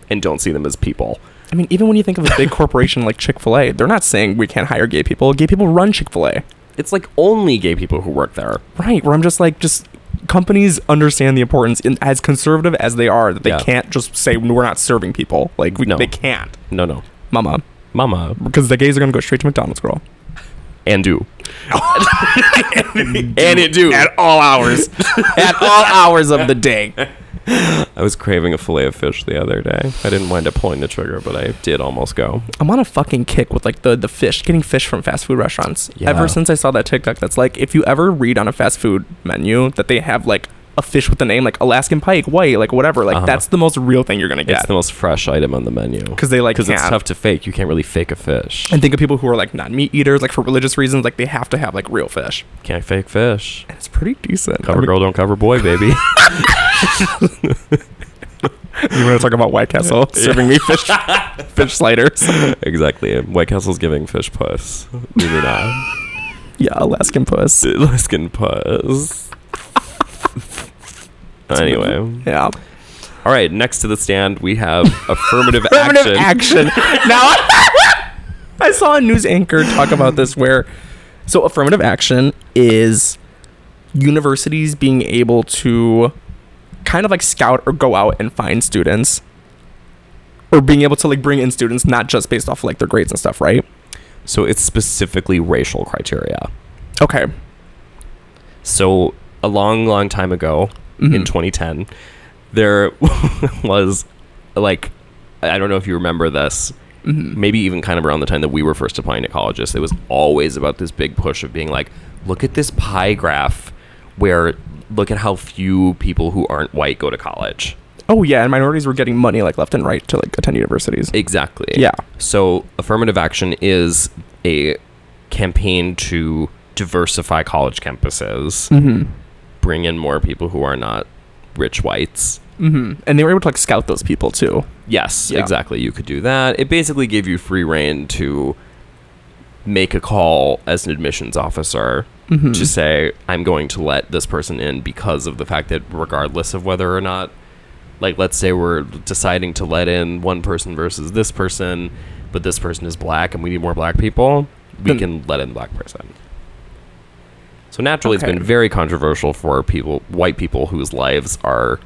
A: and don't see them as people.
C: I mean, even when you think of a big corporation like Chick fil A, they're not saying we can't hire gay people. Gay people run Chick fil A.
A: It's like only gay people who work there.
C: Right, where I'm just like, just companies understand the importance, in, as conservative as they are, that they
A: Yeah.
C: can't just say we're not serving people. Like, we,
A: No.
C: they can't.
A: No, no,
C: Mama.
A: mama,
C: Because the gays are gonna go straight to McDonald's, girl.
A: and do, and it do.
C: At all hours. at all hours of the day.
A: I was craving a fillet of fish the other day. I didn't wind up pulling the trigger, but I did almost go.
C: I'm on a fucking kick with like the the fish, getting fish from fast food restaurants.
A: Yeah.
C: Ever since I saw that TikTok, that's like if you ever read on a fast food menu that they have like a fish with a name like Alaskan Pike, white, like whatever, like
A: Uh-huh.
C: that's the most real thing you're gonna
A: It's
C: get.
A: the most fresh item on the menu.
C: Because they like
A: Because it's
C: have-
A: tough to fake. You can't really fake a fish.
C: And think of people who are like not meat eaters, like for religious reasons, like they have to have like real fish.
A: Can't fake fish.
C: And it's pretty decent.
A: Cover
C: I mean,
A: girl, don't cover boy, baby.
C: You want to talk about White Castle serving me fish, fish sliders?
A: exactly. White Castle's giving fish puss. We do not.
C: Yeah, Alaskan puss.
A: Alaskan puss. anyway.
C: Yeah.
A: All right. Next to the stand, we have affirmative,
C: affirmative
A: action.
C: action. now, I saw a news anchor talk about this where, so affirmative action is universities being able to kind of like scout or go out and find students or being able to like bring in students, not just based off like their grades and stuff, right?
A: So it's specifically racial criteria.
C: Okay.
A: So a long, long time ago, in 2010, there was like I don't know if you remember this. Maybe even kind of around the time that we were first applying to colleges, it was always about this big push of being like, look at this pie graph, where look at how few people who aren't white go to college.
C: Oh, yeah. And minorities were getting money like left and right to like attend universities.
A: Exactly.
C: Yeah.
A: So affirmative action is a campaign to diversify
C: Mm-hmm.
A: college campuses, bring in more people who are not rich whites,
C: and they were able to like scout those people too.
A: Yes,
C: Yeah.
A: exactly. You could do that. It basically gave you free reign to make a call as an admissions officer
C: Mm-hmm.
A: to say, I'm going to let this person in because of the fact that, regardless of whether or not, like, let's say we're deciding to let in one person versus this person, but this person is black and we need more black people, we
C: Then-
A: can let in the black person. So naturally,
C: Okay.
A: it's been very controversial for people, white people whose lives are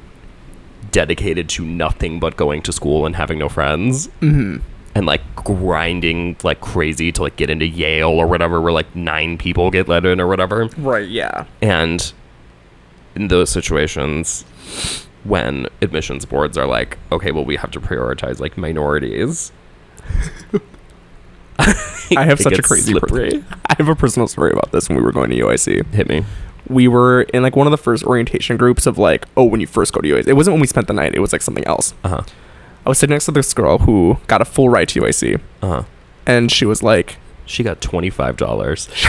A: dedicated to nothing but going to school and having no friends
C: Mm-hmm.
A: and like grinding like crazy to like get into Yale or whatever where like nine people get let in or whatever
C: Right. Yeah.
A: and in those situations when admissions boards are like okay well we have to prioritize like minorities
C: I have
A: It
C: such a
A: gets
C: crazy.
A: slippery.
C: Per- I have a personal story about this when we were going to UIC.
A: hit me
C: we were in like one of the first orientation groups of like, oh, when you first go to UIC. It wasn't when we spent the night. It was like something else.
A: Uh-huh.
C: I was sitting next to this girl who got a full ride to UIC,
A: uh-huh
C: and she was like,
A: she got $25
C: she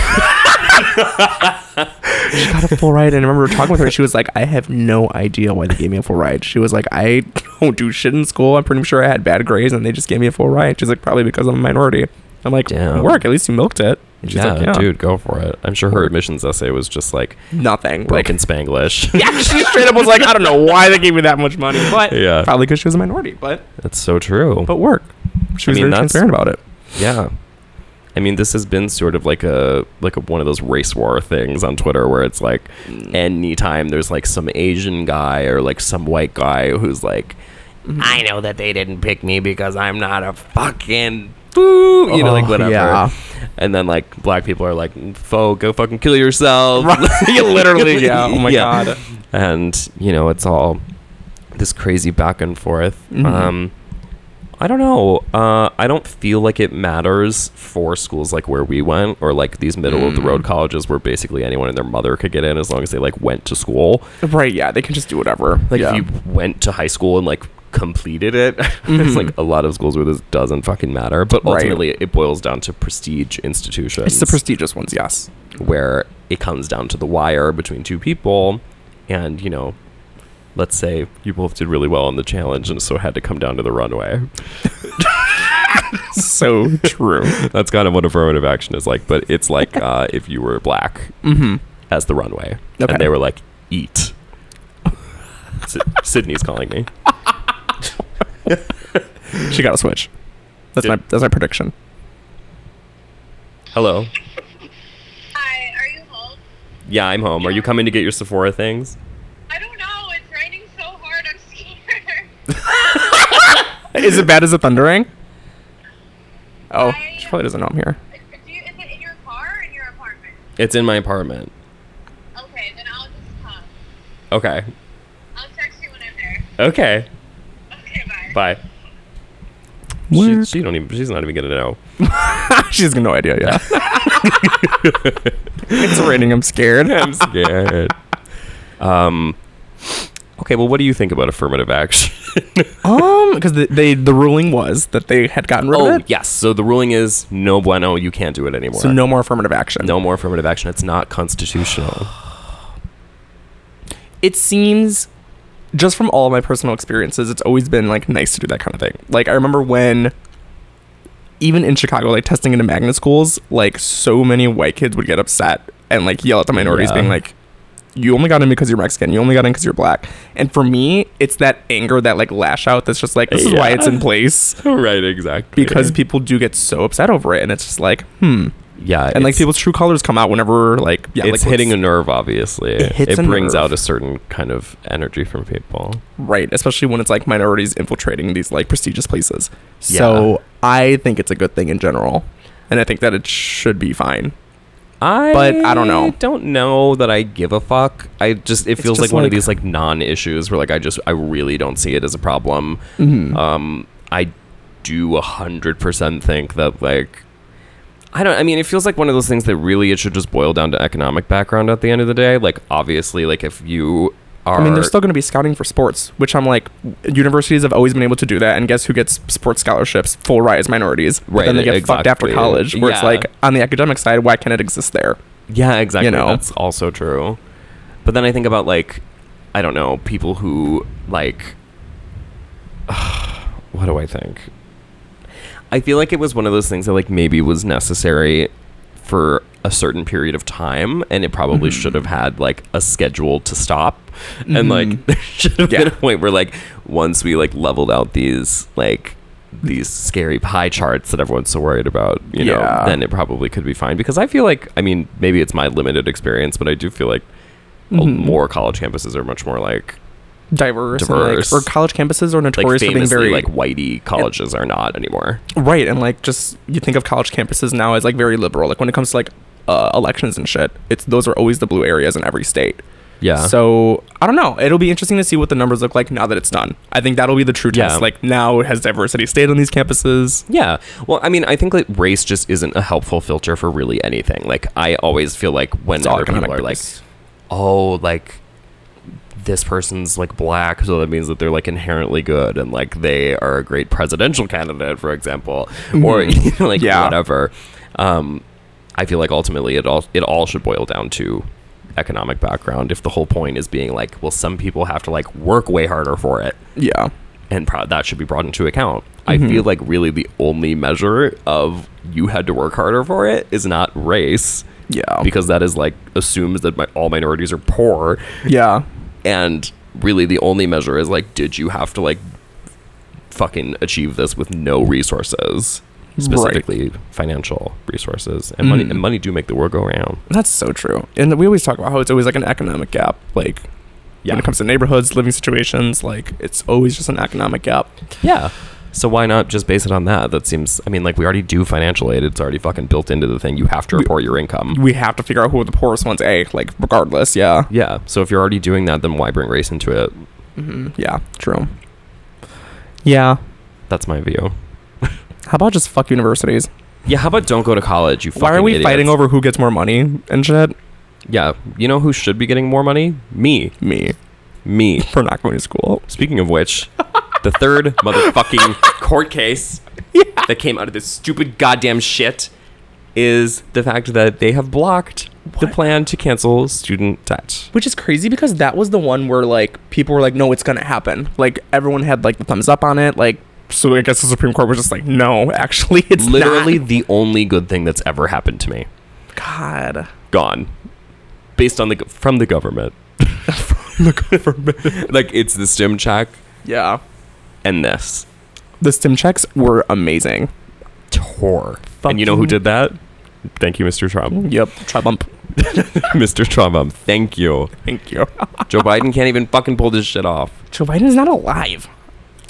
C: got a full ride. And I remember talking with her, and she was like, I have no idea why they gave me a full ride. She was like, I don't do shit in school. I'm pretty sure I had bad grades, and they just gave me a full ride. She's like, probably because I'm a minority. I'm like,
A: Damn.
C: work. At least you milked it. And she's
A: Oh. yeah,
C: like, yeah,
A: dude go for it i'm sure her admissions essay was just like
C: nothing. Like,
A: broken spanglish
C: yeah, she straight up was like, I don't know why they gave me that much money, but
A: yeah
C: probably because she was a minority. But
A: that's so true
C: but work.
A: I
C: She was
A: mean,
C: very
A: that's-
C: transparent about it.
A: Yeah. I mean, this has been sort of like a like a, one of those race war things on Twitter where it's like anytime there's like some Asian guy or like some white guy who's like,
F: I know that they didn't pick me because I'm not a fucking.
A: boo, you know, like
C: Oh,
A: whatever.
C: yeah.
A: And then like black people are like, "Fo, go fucking kill yourself."
C: You literally, yeah. Oh my
A: Yeah.
C: god.
A: and you know it's all this crazy back and forth
C: Mm-hmm.
A: um i don't know uh i don't feel like it matters for schools like where we went or like these middle of the road
C: Mm.
A: colleges where basically anyone and their mother could get in as long as they like went to school
C: Right? Yeah, they can just do whatever.
A: like
C: yeah.
A: if you went to high school and like completed it it's like a lot of schools where this doesn't fucking matter but
C: Mm-hmm. Right.
A: ultimately it boils down to prestige institutions
C: it's the prestigious ones, yes.
A: where it comes down to the wire between two people and you know let's say you both did really well on the challenge and so had to come down to the runway
C: So true.
A: that's kind of what affirmative action is like but it's like uh, if you were black as the runway
C: Mm-hmm. Okay.
A: and they were like eat Sy- sydney's calling me
C: she got a switch. That's
A: Did-
C: my that's my prediction.
A: hello
G: Hi, are you home?
A: yeah i'm home are you coming to get your sephora things
G: I don't know. It's raining so hard. I'm scared.
C: Is it bad as a thundering? Oh,
G: I-
C: she probably doesn't know I'm here.
G: Do you, is it in your car or in your apartment?
A: it's in my apartment
G: Okay, then I'll just come.
A: okay
G: I'll text you when I'm there.
A: okay
G: Okay, bye.
A: bye she, she don't even she's not even gonna know
C: She's got no idea. Yeah. it's raining. I'm scared.
A: I'm scared. um. Okay, well, what do you think about affirmative action?
C: Um, because the, they the ruling was that they had gotten rid of it,
A: Oh, yes. So the ruling is no bueno. You can't do it anymore.
C: so no more affirmative action.
A: no more affirmative action. It's not constitutional.
C: it seems just from all my personal experiences it's always been like nice to do that kind of thing like i remember when even in chicago like testing into magnet schools like so many white kids would get upset and like yell at the minorities
A: Yeah.
C: being like you only got in because you're mexican you only got in because you're black and for me it's that anger that like lash out that's just like this is why
A: Yeah.
C: it's in place
A: right. Exactly.
C: because people do get so upset over it and it's just like hmm
A: yeah,
C: and like
A: it's-
C: people's true colors come out whenever like yeah
A: it's
C: like,
A: hitting a nerve. Obviously, it,
C: hits a
A: brings
C: nerve.
A: out a certain kind of energy from people.
C: Right, especially when it's like minorities infiltrating these like prestigious places. So I think it's a good thing in general. And I think that it should be fine.
A: I
C: But I don't know.
A: Don't know that I give a fuck. I just it feels
C: just
A: like one of
C: like-
A: these like non-issues where like I just I really don't see it as a problem.
C: Mm-hmm.
A: Um, I do a hundred percent think that like I don't. I mean, it feels like one of those things that really it should just boil down to economic background at the end of the day. Like obviously, like if you are
C: I mean, they're still going to be scouting for sports, which I'm like, universities have always been able to do that. And guess who gets sports scholarships? Full rise minorities. But then
A: Right,
C: they get fucked after
A: exactly.
C: college, where it's
A: Yeah.
C: like, on the academic side, why can't it exist there?
A: Yeah, exactly.
C: You know?
A: That's also true. But then I think about like I don't know, people who like what do I think? I feel like it was one of those things that like maybe was necessary for a certain period of time and it probably
C: Mm-hmm.
A: should have had like a schedule to stop and like there should have been a point where like once we like leveled out these like these scary pie charts that everyone's so worried about you know
C: Yeah.
A: then it probably could be fine because i feel like i mean maybe it's my limited experience but i do feel like a-
C: Mm-hmm.
A: more college campuses are much more like
C: diverse, and,
A: Diverse.
C: like, or college campuses are
A: like
C: notorious for being
A: famously
C: very
A: like whitey colleges are not anymore
C: right and like just you think of college campuses now as like very liberal like when it comes to like uh, elections and shit it's those are always the blue areas in every state
A: yeah
C: so i don't know it'll be interesting to see what the numbers look like now that it's done i think that'll be the true test
A: Yeah.
C: like now has diversity stayed on these campuses
A: Yeah. Well, I mean, I think like race just isn't a helpful filter for really anything. Like I always feel like
C: all
A: whenever people
C: economic
A: are like,
C: based.
A: "Oh, like this person's like black, so that means that they're like inherently good and like they are a great presidential candidate, for example, or you know, like
C: Mm-hmm. Yeah.
A: whatever." Um, I feel like ultimately it all it all should boil down to economic background. If the whole point is being like, well, some people have to like work way harder for it,
C: yeah
A: and pro- that should be brought into account.
C: Mm-hmm.
A: I feel like really the only measure of you had to work harder for it is not race,
C: yeah
A: because that is like assumes that my, all minorities are poor,
C: yeah
A: and really the only measure is like did you have to like fucking achieve this with no resources, specifically financial resources and money.
C: Mm.
A: And money do make the world go round.
C: that's so true and we always talk about how it's always like an economic gap like when
A: Yeah.
C: it comes to neighborhoods living situations like it's always just an economic gap
A: Yeah. So why not just base it on that? That seems. I mean, like we already do financial aid. It's already fucking built into the thing. You have to report your income.
C: we have to figure out who the poorest ones a like regardless yeah
A: Yeah. So if you're already doing that, then why bring race into it? Mm-hmm.
C: Yeah, true. Yeah.
A: That's my view.
C: How about just fuck universities?
A: Yeah. How about don't go to college? You.
C: Why are
A: fucking
C: we
A: idiots.
C: fighting over who gets more money and shit?
A: Yeah. You know who should be getting more money? Me.
C: Me
A: Me.
C: for not going to school.
A: Speaking of which, the third motherfucking court case that came out of this stupid goddamn shit is the fact that they have blocked the plan to cancel student debt.
C: Which is crazy because that was the one where like people were like, no, it's gonna happen. Like everyone had like the thumbs up on it. Like so, I guess the Supreme Court was just like, no, actually, it's
A: Literally
C: not.
A: the only good thing that's ever happened to me.
C: God.
A: Gone. Based on the go- from the government. Like it's the stim check
C: Yeah.
A: and this.
C: The stim checks were amazing.
A: Tor. And you know who
C: Fucking-
A: did that? Thank you, Mr. Trump.
C: Yep. Trump.
A: Mr. Trump, um, thank you.
C: Thank you.
A: Joe Biden can't even fucking pull this shit off.
C: Joe Biden's not alive.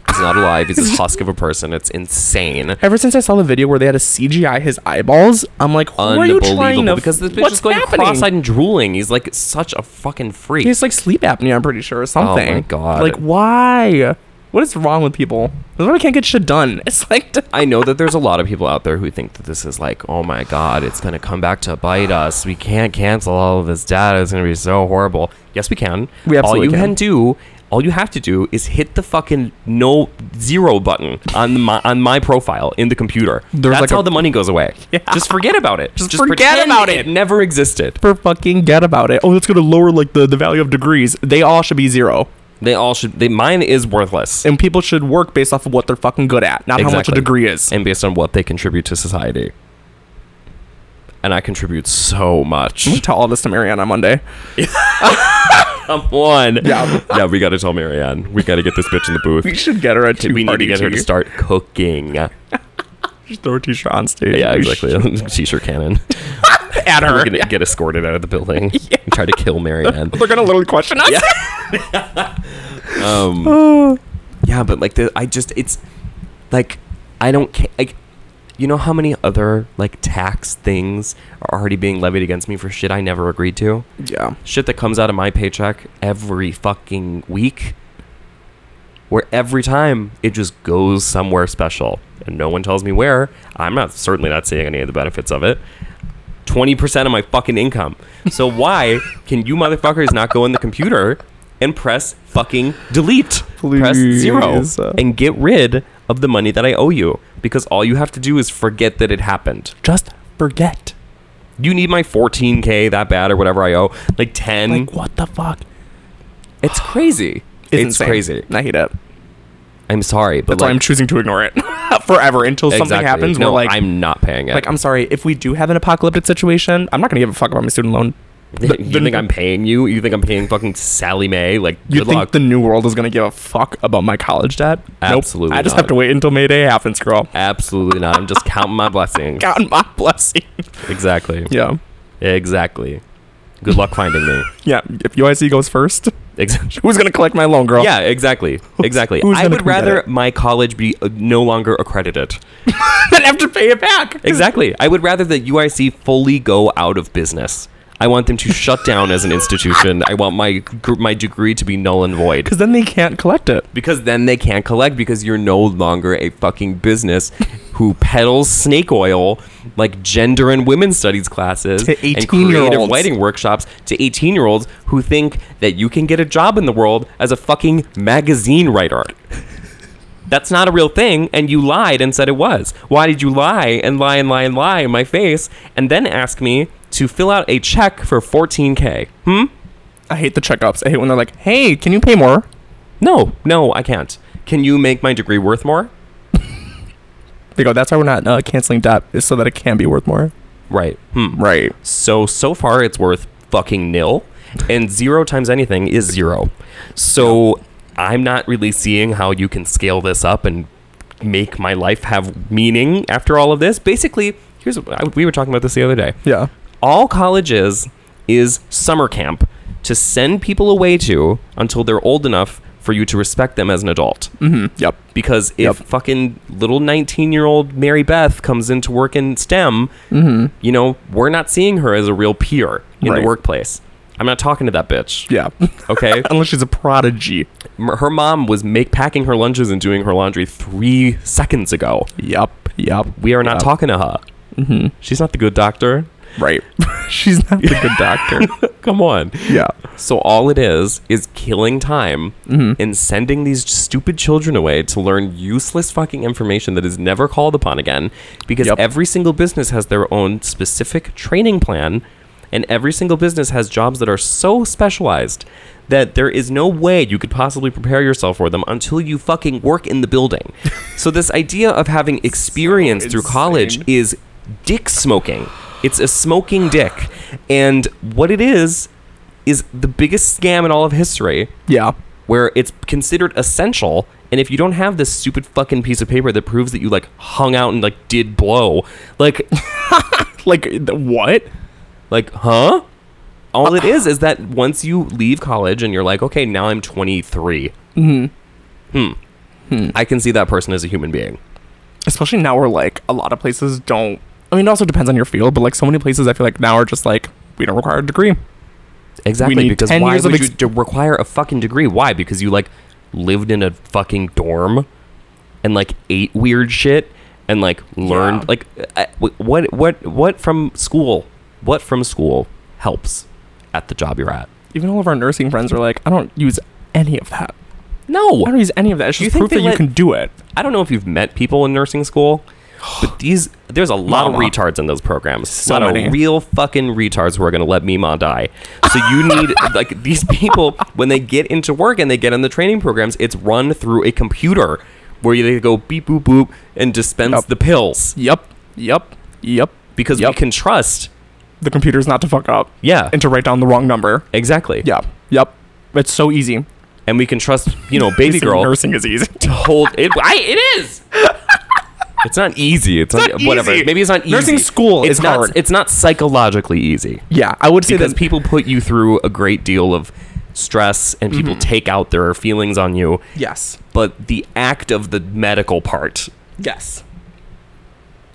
A: He's not alive. He's a husk of a person. It's insane.
C: Ever since I saw the video where they had to CGI his eyeballs, I'm like, who are you trying
A: Unbelievable.
C: to?
A: Because this bitch
C: what's
A: is going
C: happening?
A: cross-eyed and drooling. He's like such a fucking freak.
C: He has like sleep apnea, I'm pretty sure, or something.
A: Oh God.
C: Like why? What is wrong with people? That's why we can't get shit done. It's like
A: I know that there's a lot of people out there who think that this is like, oh my god, it's gonna come back to bite us. We can't cancel all of this data. It's gonna be so horrible. Yes, we can.
C: We absolutely
A: all you
C: can.
A: can. do, all you have to do, is hit the fucking no zero button on the, my on my profile in the computer.
C: There's
A: That's
C: like a-
A: how the money goes away. Just forget about it. Just,
C: forget
A: pretend
C: about
A: it. Never existed.
C: for fucking get about it. Oh, it's gonna lower like the, the value of degrees. They all should be zero.
A: They all should. They mine is worthless.
C: And people should work based off of what they're fucking good at, not how much a
A: Exactly.
C: degree is.
A: and based on what they contribute to society. And I contribute so much.
C: Tell all this to Marianne on Monday.
A: Come on. Yeah. yeah, we got to tell Marianne. We got to get this bitch in the booth.
C: We should get her a
A: we need to
C: two-party
A: get her to
C: tea.
A: start cooking. Yeah,
C: Just throw a t-shirt on stage. We should
A: exactly. T-shirt cannon.
C: At her.
A: We're gonna get escorted out of the building and try to kill Marianne.
C: They're gonna literally question us.
A: Um, yeah, but like the, I just it's like I don't ca- like you know how many other like tax things are already being levied against me for shit I never agreed to.
C: Yeah.
A: shit that comes out of my paycheck every fucking week where every time it just goes somewhere special and no one tells me where i'm not certainly not seeing any of the benefits of it 20% of my fucking income so why can you motherfuckers not go in the computer and press fucking delete press zero
C: Please.
A: and get rid of the money that i owe you because all you have to do is forget that it happened
C: Just forget.
A: you need my 14k that bad or whatever i owe like 10
C: Like what the fuck?
A: it's crazy. It's,
C: insane.
A: crazy.
C: I hate it.
A: I'm sorry, but
C: That's why
A: like,
C: I'm choosing to ignore it forever until something
A: exactly.
C: happens.
A: No,
C: where like
A: I'm not paying it.
C: like I'm sorry if we do have an apocalyptic situation. I'm not gonna give a fuck about my student loan.
A: you think I'm paying you? You think I'm paying fucking Sally Mae? Like,
C: You
A: good
C: think
A: luck.
C: the new world is gonna give a fuck about my college debt?
A: Absolutely
C: Nope. I just
A: not.
C: have to wait until May Day happens, girl.
A: Absolutely not. I'm just counting my blessings.
C: God, my blessing.
A: Exactly.
C: yeah,
A: Exactly. Good luck finding me.
C: yeah. If UIC goes first,
A: Exactly.
C: who's gonna collect my loan, girl?
A: Yeah, exactly. Exactly.
C: who's
A: I
C: gonna
A: would
C: come get
A: rather
C: it?
A: my college be uh, no longer accredited.
C: then have to pay it back.
A: Exactly. I would rather that UIC fully go out of business. I want them to shut down as an institution. I want my gr- my degree to be null and void
C: Because then they can't collect it.
A: because then they can't collect because you're no longer a fucking business who peddles snake oil like gender and women's studies classes
C: To
A: and
C: 18-year-olds.
A: creative writing workshops to 18 year olds who think that you can get a job in the world as a fucking magazine writer. That's not a real thing, and you lied and said it was. Why did you lie and lie and lie and lie in my face and then ask me to fill out a check for 14K? Hmm?
C: I hate the checkups. I hate when they're like, "Hey, can you pay more?"
A: No, no, I can't. Can you make my degree worth more?
C: They go, "That's why we're not uh, canceling debt, is so that it can be worth more."
A: Right. Hmm.
C: Right.
A: So so far it's worth fucking nil, and zero times anything is zero. So I'm not really seeing how you can scale this up and make my life have meaning after all of this. Basically, here's I, we were talking about this the other day.
C: Yeah.
A: All colleges is summer camp to send people away to until they're old enough for you to respect them as an adult
C: Yep.
A: because if
C: Yep.
A: fucking little 19 year old Mary Beth comes into work in STEM, you know, we're not seeing her as a real peer in
C: Mm-hmm. Right.
A: the workplace. I'm not talking to that bitch.
C: Yeah.
A: Okay.
C: Unless she's a prodigy.
A: M- her mom was make packing her lunches and doing her laundry three seconds ago.
C: Yep. Yep.
A: We are not
C: Yep.
A: talking to her. She's not the good doctor.
C: Right. she's not the good doctor.
A: Come on.
C: yeah.
A: So all it is is killing time and sending these stupid children away to learn useless fucking information that is never called upon again because
C: Yep.
A: every single business has their own specific training plan and every single business has jobs that are so specialized that there is no way you could possibly prepare yourself for them until you fucking work in the building. so this idea of having experience through college
C: insane.
A: is dick smoking. It's a smoking dick. And what it is is the biggest scam in all of history
C: Yeah.
A: where it's considered essential and if you don't have this stupid fucking piece of paper that proves that you like hung out and like did blow like
C: Like th- what?
A: like huh all it is is that once you leave college and you're like okay now i'm 23 mm-hmm. hmm i can see that person as a human being
C: Especially now where like a lot of places don't I mean it also depends on your field, but like so many places I feel like now are just like we don't require a degree.
A: Exactly.
C: need
A: because
C: 10
A: why
C: years of
A: would
C: ex-
A: you d- require a fucking degree? Why? Because you like lived in a fucking dorm and like ate weird shit and like learned like I- wh- what what what from school? What from school helps at the job you're at?
C: Even all of our nursing friends are like, I don't use any of that.
A: No,
C: I don't use any of that. It's
A: Do you
C: just
A: think
C: proof
A: they
C: that you
A: let-
C: can do it.
A: I don't know if you've met people in nursing school, but these there's a lot
C: Mama.
A: of retards in those programs.
C: So
A: a lot
C: many.
A: of real fucking retards who are gonna let Mima die. So you need like these people when they get into work and they get in the training programs, it's run through a computer where they go beep boop boop and dispense
C: Yep.
A: the pills
C: Yep. Yep. Yep.
A: because we
C: Yep.
A: can trust.
C: The computer's not to fuck up.
A: Yeah.
C: And to write down the wrong number.
A: Exactly.
C: Yeah. Yep. It's so easy.
A: And we can trust, you know, baby
C: Nursing-
A: girl
C: Nursing is easy.
A: to hold it. I, it is. It's not easy. It's, not whatever.
C: easy.
A: Maybe it's not easy.
C: Nursing school
A: it's
C: is
A: not,
C: hard.
A: It's not psychologically easy.
C: yeah. I would say
A: because
C: that
A: people put you through a great deal of stress and people take out their feelings on you
C: Yes.
A: but the act of the medical part
C: Yes.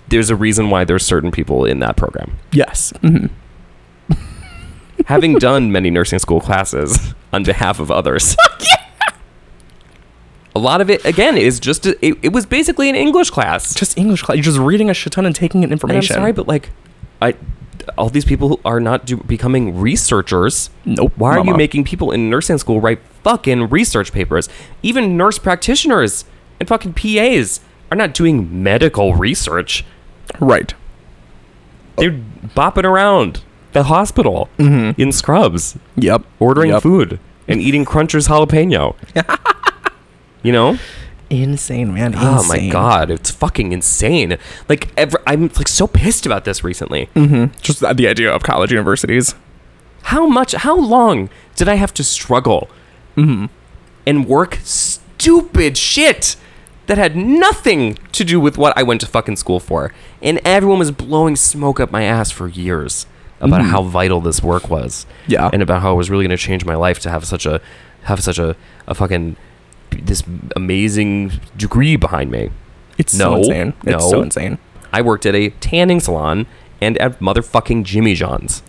A: there's a reason why there's certain people in that program
C: Yes. Mhm.
A: having done many nursing school classes on behalf of others a lot of it again is just a, it, it was basically an english class
C: Just English class. You're just reading a shit ton and taking in
A: and i'm
C: information.
A: sorry but like i all these people who are not do, becoming researchers
C: Nope,
A: why are you
C: mama.
A: making people in nursing school write fucking research papers even nurse practitioners and fucking pas are not doing medical research
C: right. Oh.
A: they're bopping around the hospital in scrubs
C: Mm-hmm. Yep.
A: ordering
C: Yep.
A: food and eating crunchers jalapeno you know
C: insane, man. Insane.
A: Oh my god, it's fucking insane. Like ever I'm like so pissed about this recently.
C: Just the the idea of college universities.
A: How much how long did I have to struggle and work stupid shit that had nothing to do with what I went to fucking school for? And everyone was blowing smoke up my ass for years about how vital this work was.
C: Yeah.
A: And about how it was really going to change my life to have such a have such a, a fucking this amazing degree behind me.
C: It's so
A: No,
C: insane. It's
A: no.
C: so insane.
A: I worked at a tanning salon and at motherfucking Jimmy John's.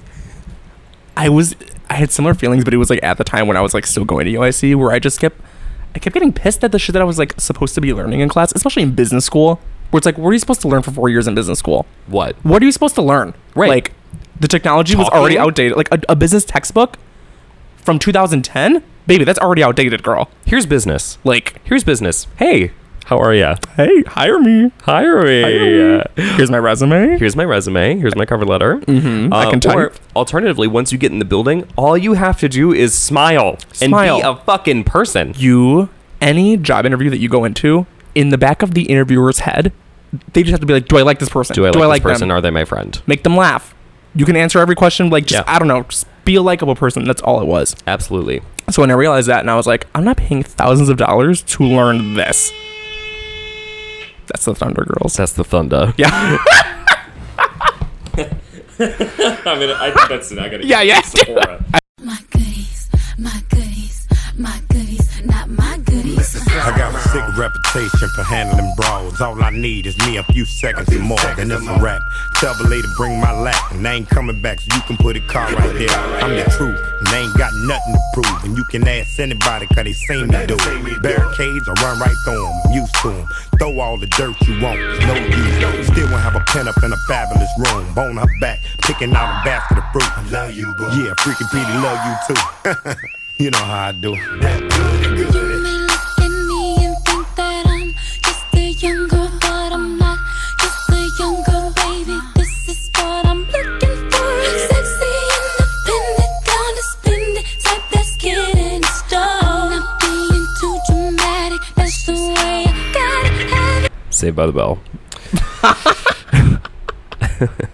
C: I was I had similar feelings, but it was like at the time when I was like still going to UIC where I just kept I kept getting pissed at the shit that I was like supposed to be learning in class, especially in business school, where it's like, what are you supposed to learn for four years in business school?
A: What?
C: What are you supposed to learn?
A: Right.
C: Like the technology was already
A: Talking?
C: outdated. Like a, a business textbook from 2010, baby, that's already outdated, girl.
A: Here's business.
C: Like,
A: Here's business. Hey, how are ya?
C: hey, hire me.
A: Hire me.
C: uh, Here's my resume.
A: Here's my resume. Here's my cover letter. Mm-hmm.
C: I can
A: Or
C: type.
A: alternatively, once you get in the building, all you have to do is smile,
C: Smile.
A: and be a fucking person.
C: you any job interview that you go into in the back of the interviewer's head they just have to be like do i like this person
A: Do I like this person?
C: them
A: Are they my friend?
C: make them laugh you can answer every question like just
A: Yeah.
C: i don't know just be a likable person that's all it was
A: Absolutely.
C: so when i realized that and i was like i'm not paying thousands of dollars to learn this that's the thunder girls
A: That's the thunder.
C: yeah
A: I mean, I think that's it. I gotta
C: yeah yeah
H: My goodies, my goodies, my goodies, not my goodies.
I: I got a sick reputation for handling brawls. All I need is me a few seconds and more, then it's a wrap. Tell the lady bring my lap, and I ain't coming back, so you can put a car right there. I'm the truth, and I ain't got nothing to prove. And you can ask anybody, cause they seen me do it. Barricades, I run right through them, used to them. Throw all the dirt you want, no use. Still won't have a pen up in a fabulous room. Bone her back, picking out a basket of fruit. I love you, boo. Yeah, freaking Petey love you too. you know how I do.
H: You may look at me and think that I'm just a young girl, but I'm not just a young girl, baby. This is what I'm looking for. Sexy, independent, down to spend it, type that's getting stoned. Not being too dramatic, that's the way I gotta have it.
A: Saved by the bell.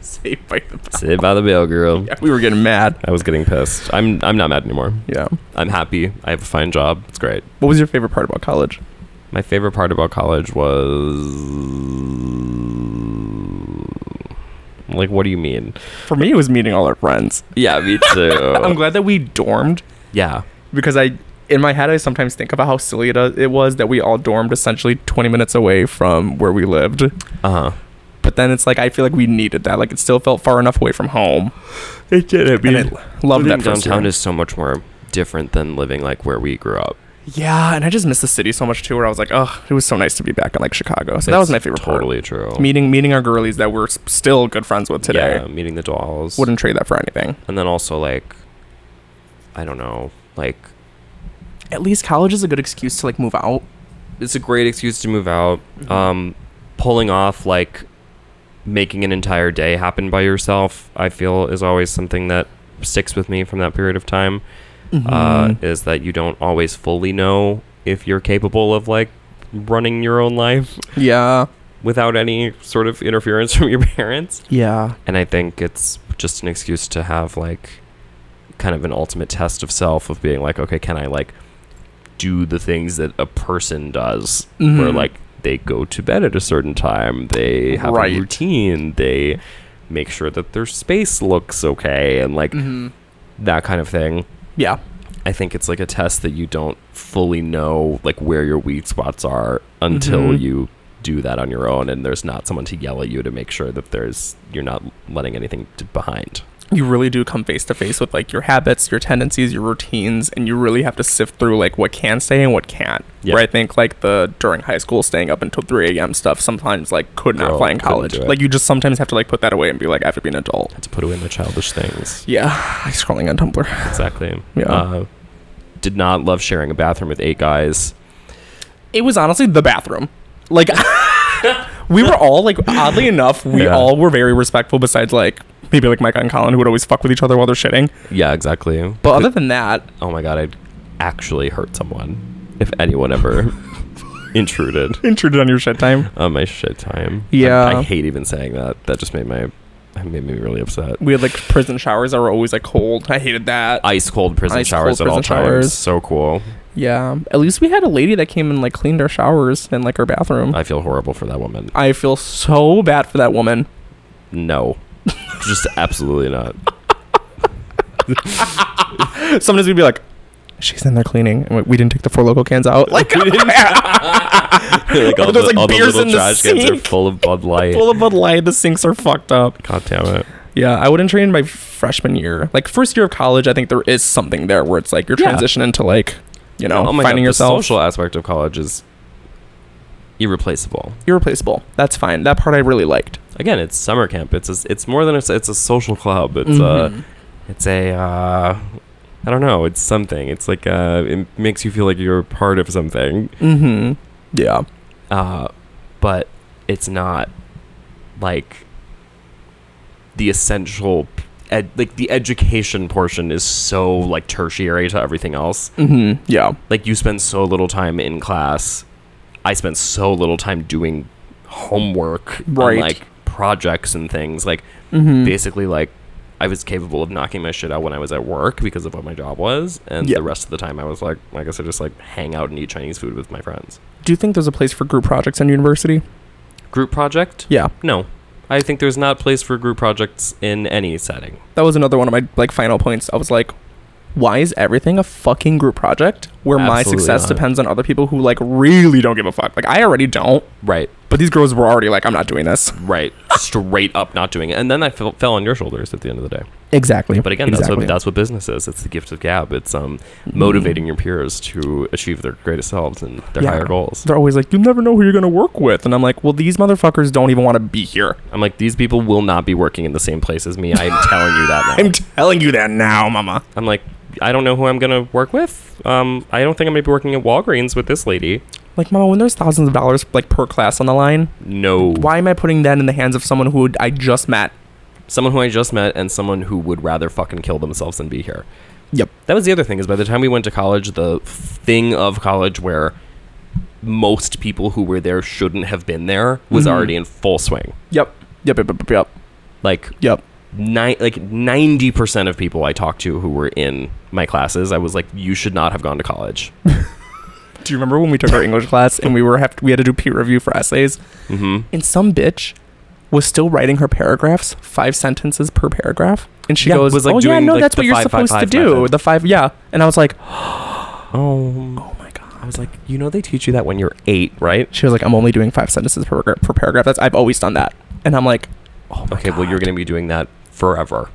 C: Saved by the bell.
A: Saved by the bell, girl.
C: we were getting mad
A: I was getting pissed. I'm. I'm not mad anymore.
C: yeah
A: I'm happy. I have a fine job. It's great.
C: what was your favorite part about college
A: My favorite part about college was like, what do you mean?
C: for me it was meeting all our friends
A: Yeah, me too.
C: i'm glad that we dormed
A: yeah,
C: because I in my head I sometimes think about how silly it, uh, it was that we all dormed essentially 20 minutes away from where we lived.
A: uh huh.
C: But then it's like I feel like we needed that. Like it still felt far enough away from home.
A: It did. I
C: and I loved
A: living
C: that first
A: downtown
C: year.
A: is so much more different than living like where we grew up.
C: yeah, and I just miss the city so much too. Where I was like, oh, it was so nice to be back in like Chicago. So that was
A: It's
C: my favorite
A: Totally
C: part.
A: true.
C: Meeting meeting our girlies that we're s- still good friends with today.
A: Yeah, meeting the dolls.
C: Wouldn't trade that for anything.
A: and then also like, I don't know, like
C: At least college is a good excuse to like move out.
A: it's a great excuse to move out.
C: Mm-hmm.
A: Um, pulling off like making an entire day happen by yourself, I feel is always something that sticks with me from that period of time.
C: Mm-hmm.
A: Uh, is that you don't always fully know if you're capable of like running your own life
C: Yeah.
A: without any sort of interference from your parents.
C: Yeah.
A: And I think it's just an excuse to have like kind of an ultimate test of self of being like, okay, can I like do the things that a person does where like they go to bed at a certain time, they have
C: Right.
A: a routine, they make sure that their space looks okay and like that kind of thing.
C: Yeah.
A: I think it's like a test that you don't fully know like where your weak spots are until
C: Mm-hmm.
A: you do that on your own and there's not someone to yell at you to make sure that there's you're not letting anything to, behind.
C: you really do come face to face with like your habits, your tendencies, your routines, and you really have to sift through like what can stay and what can't.
A: Yeah.
C: Where I think like the during high school staying up until 3 a.m. stuff sometimes like could not
A: Girl,
C: fly in
A: couldn't
C: college.
A: do it.
C: Like you just sometimes have to like put that away and be like, I have to be an adult.
A: To put away my childish things.
C: Yeah, I'm scrolling on Tumblr.
A: Exactly.
C: Yeah.
A: Uh, did not love sharing a bathroom with eight guys.
C: It was honestly the bathroom. Like we were all like oddly enough, we
A: Yeah.
C: all were very respectful. Besides like maybe like Mike and Colin who would always fuck with each other while they're shitting.
A: Yeah, exactly.
C: But other than that,
A: oh my god, I'd actually hurt someone if anyone ever intruded
C: intruded on your shit time.
A: on my shit time. I-
C: Yeah.
A: I, hate even saying that. That just made my that made me really upset.
C: We had like prison showers that were always like cold. I hated that.
A: Ice cold prison
C: Ice cold
A: showers at all
C: prison showers.
A: times. So cool.
C: yeah. At least we had a lady that came and like cleaned our showers and like our bathroom.
A: I feel horrible for that woman.
C: I feel so bad for that woman.
A: No. just absolutely not.
C: Sometimes we'd be like, she's in there cleaning, and we- we didn't take the four local cans out. Like,
A: like all
C: There's,
A: the,
C: like,
A: all the
C: beers
A: little
C: in the
A: trash cans are
C: sink.
A: full of Bud Light.
C: full of Bud Light, the sinks are fucked up.
A: God damn it.
C: Yeah, I wouldn't train my freshman year. Like first year of college, I think there is something there where it's like you're
A: Yeah.
C: transitioning to like, you know,
A: oh my
C: finding
A: God,
C: yourself
A: The social aspect of college is irreplaceable.
C: irreplaceable. That's fine. That part I really liked.
A: Again, it's summer camp. It's a, it's more than it's it's a social club. It's a
C: Mm-hmm.
A: it's a uh, I don't know. It's something. It's like uh, it makes you feel like you're a part of something.
C: Mm-hmm. Yeah.
A: uh, but it's not like the essential ed- like the education portion is so like tertiary to everything else
C: Mm-hmm. Yeah.
A: like you spend so little time in class i spent so little time doing homework and,
C: Right. Mm-hmm.
A: like projects and things like basically like i was capable of knocking my shit out when i was at work because of what my job was and
C: Yeah.
A: the rest of the time i was like i guess i just like hang out and eat chinese food with my friends
C: Do you think there's a place for group projects in university?
A: group project
C: Yeah.
A: No. I think there's not place for group projects in any setting.
C: That was another one of my like final points. I was like, why is everything a fucking group project where my
A: Absolutely
C: success
A: not.
C: depends on other people who like really don't give a fuck? Like I already don't,
A: Right.
C: but these girls were already like, I'm not doing this.
A: Right. Straight up not doing it. And then that fell, fell on your shoulders at the end of the day.
C: Exactly.
A: But again, that's what that's what business is. It's the gift of gab. It's um motivating your peers to achieve their greatest selves and their
C: Mm. Yeah.
A: higher goals.
C: They're always like, you never know who you're going to work with. And I'm like, well, these motherfuckers don't even want to be here.
A: I'm like these people will not be working in the same place as me. I'm telling you that now.
C: I'm telling you that now, mama.
A: I'm like I don't know who I'm going to work with. Um I don't think I'm going to be working at Walgreens with this lady.
C: Like, mama, when there's thousands of dollars like per class on the line,
A: No.
C: why am I putting that in the hands of someone who I just met?
A: Someone who I just met and someone who would rather fucking kill themselves than be here.
C: Yep.
A: That was the other thing is by the time we went to college, the thing of college where most people who were there shouldn't have been there was
C: Mm-hmm.
A: already in full swing.
C: Yep. Yep. Yep. Yep. Yep.
A: Like
C: Yep.
A: ni- like ninety percent of people I talked to who were in my classes, I was like, you should not have gone to college.
C: Do you remember when we took our English class and we were have we had to do peer review for essays?
A: Mm-hmm.
C: And some bitch was still writing her paragraphs, five sentences per paragraph. And she
A: Yeah,
C: goes,
A: was, like,
C: "Oh yeah,
A: doing,
C: no,
A: like,
C: that's
A: the
C: what you're
A: five, five,
C: supposed
A: five
C: to do."
A: method.
C: The five, yeah. And I was like,
A: Oh,
C: "Oh my god."
A: I was like, you know, they teach you that when you're eight, right?
C: She was like, "I'm only doing five sentences per, gra- per paragraph. That's I've always done that." And I'm like,
A: okay, well, you're going to be doing that forever.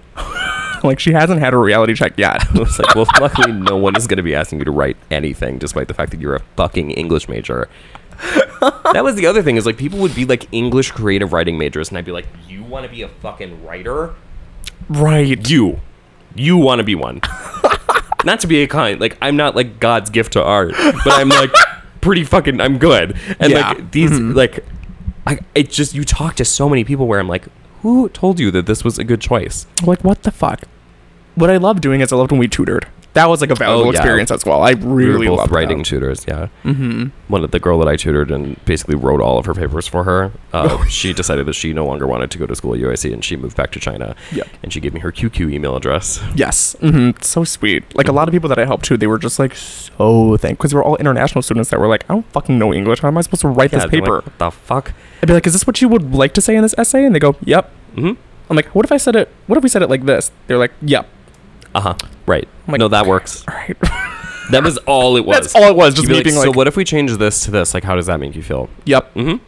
C: like she hasn't had a reality check yet.
A: I was like, well, luckily, no one is going to be asking you to write anything, despite the fact that you're a fucking English major. that was the other thing is like people would be like English creative writing majors, and I'd be like, you want to be a fucking writer?
C: right.
A: You, you want to be one. not to be a kind, like I'm not like God's gift to art, but I'm like pretty fucking, I'm good. And
C: Yeah. Mm-hmm.
A: like these, like, I, it just you talk to so many people where I'm like, who told you that this was a good choice?
C: Like what the fuck? What I love doing is I loved when we tutored. That was like a valuable
A: Oh, yeah.
C: experience as well. I really
A: we were both
C: loved
A: writing
C: that.
A: tutors. Yeah, mm-hmm. one of the girl that I tutored and basically wrote all of her papers for her.
C: Oh,
A: Uh, she decided that she no longer wanted to go to school at UIC and she moved back to China.
C: Yep.
A: and she gave me her QQ email address.
C: Yes, hmm so sweet. Like a lot of people that I helped too, they were just like so thankful because we're all international students that were like, I don't fucking know English. How am I supposed to write
A: Yeah,
C: this
A: they're like,
C: paper?
A: "What the fuck?
C: I'd be like, Is this what you would like to say in this essay? And they go, Yep.
A: Mhm.
C: I'm like, What if I said it? What if we said it like this? They're like, Yep.
A: Uh huh. Right.
C: like,
A: no, that works.
C: All right.
A: That was all it was.
C: That's all it was. Just
A: You'd
C: me
A: be like,
C: being like,
A: so what if we change this to this? Like, how does that make you feel?
C: Yep.
A: Mhm.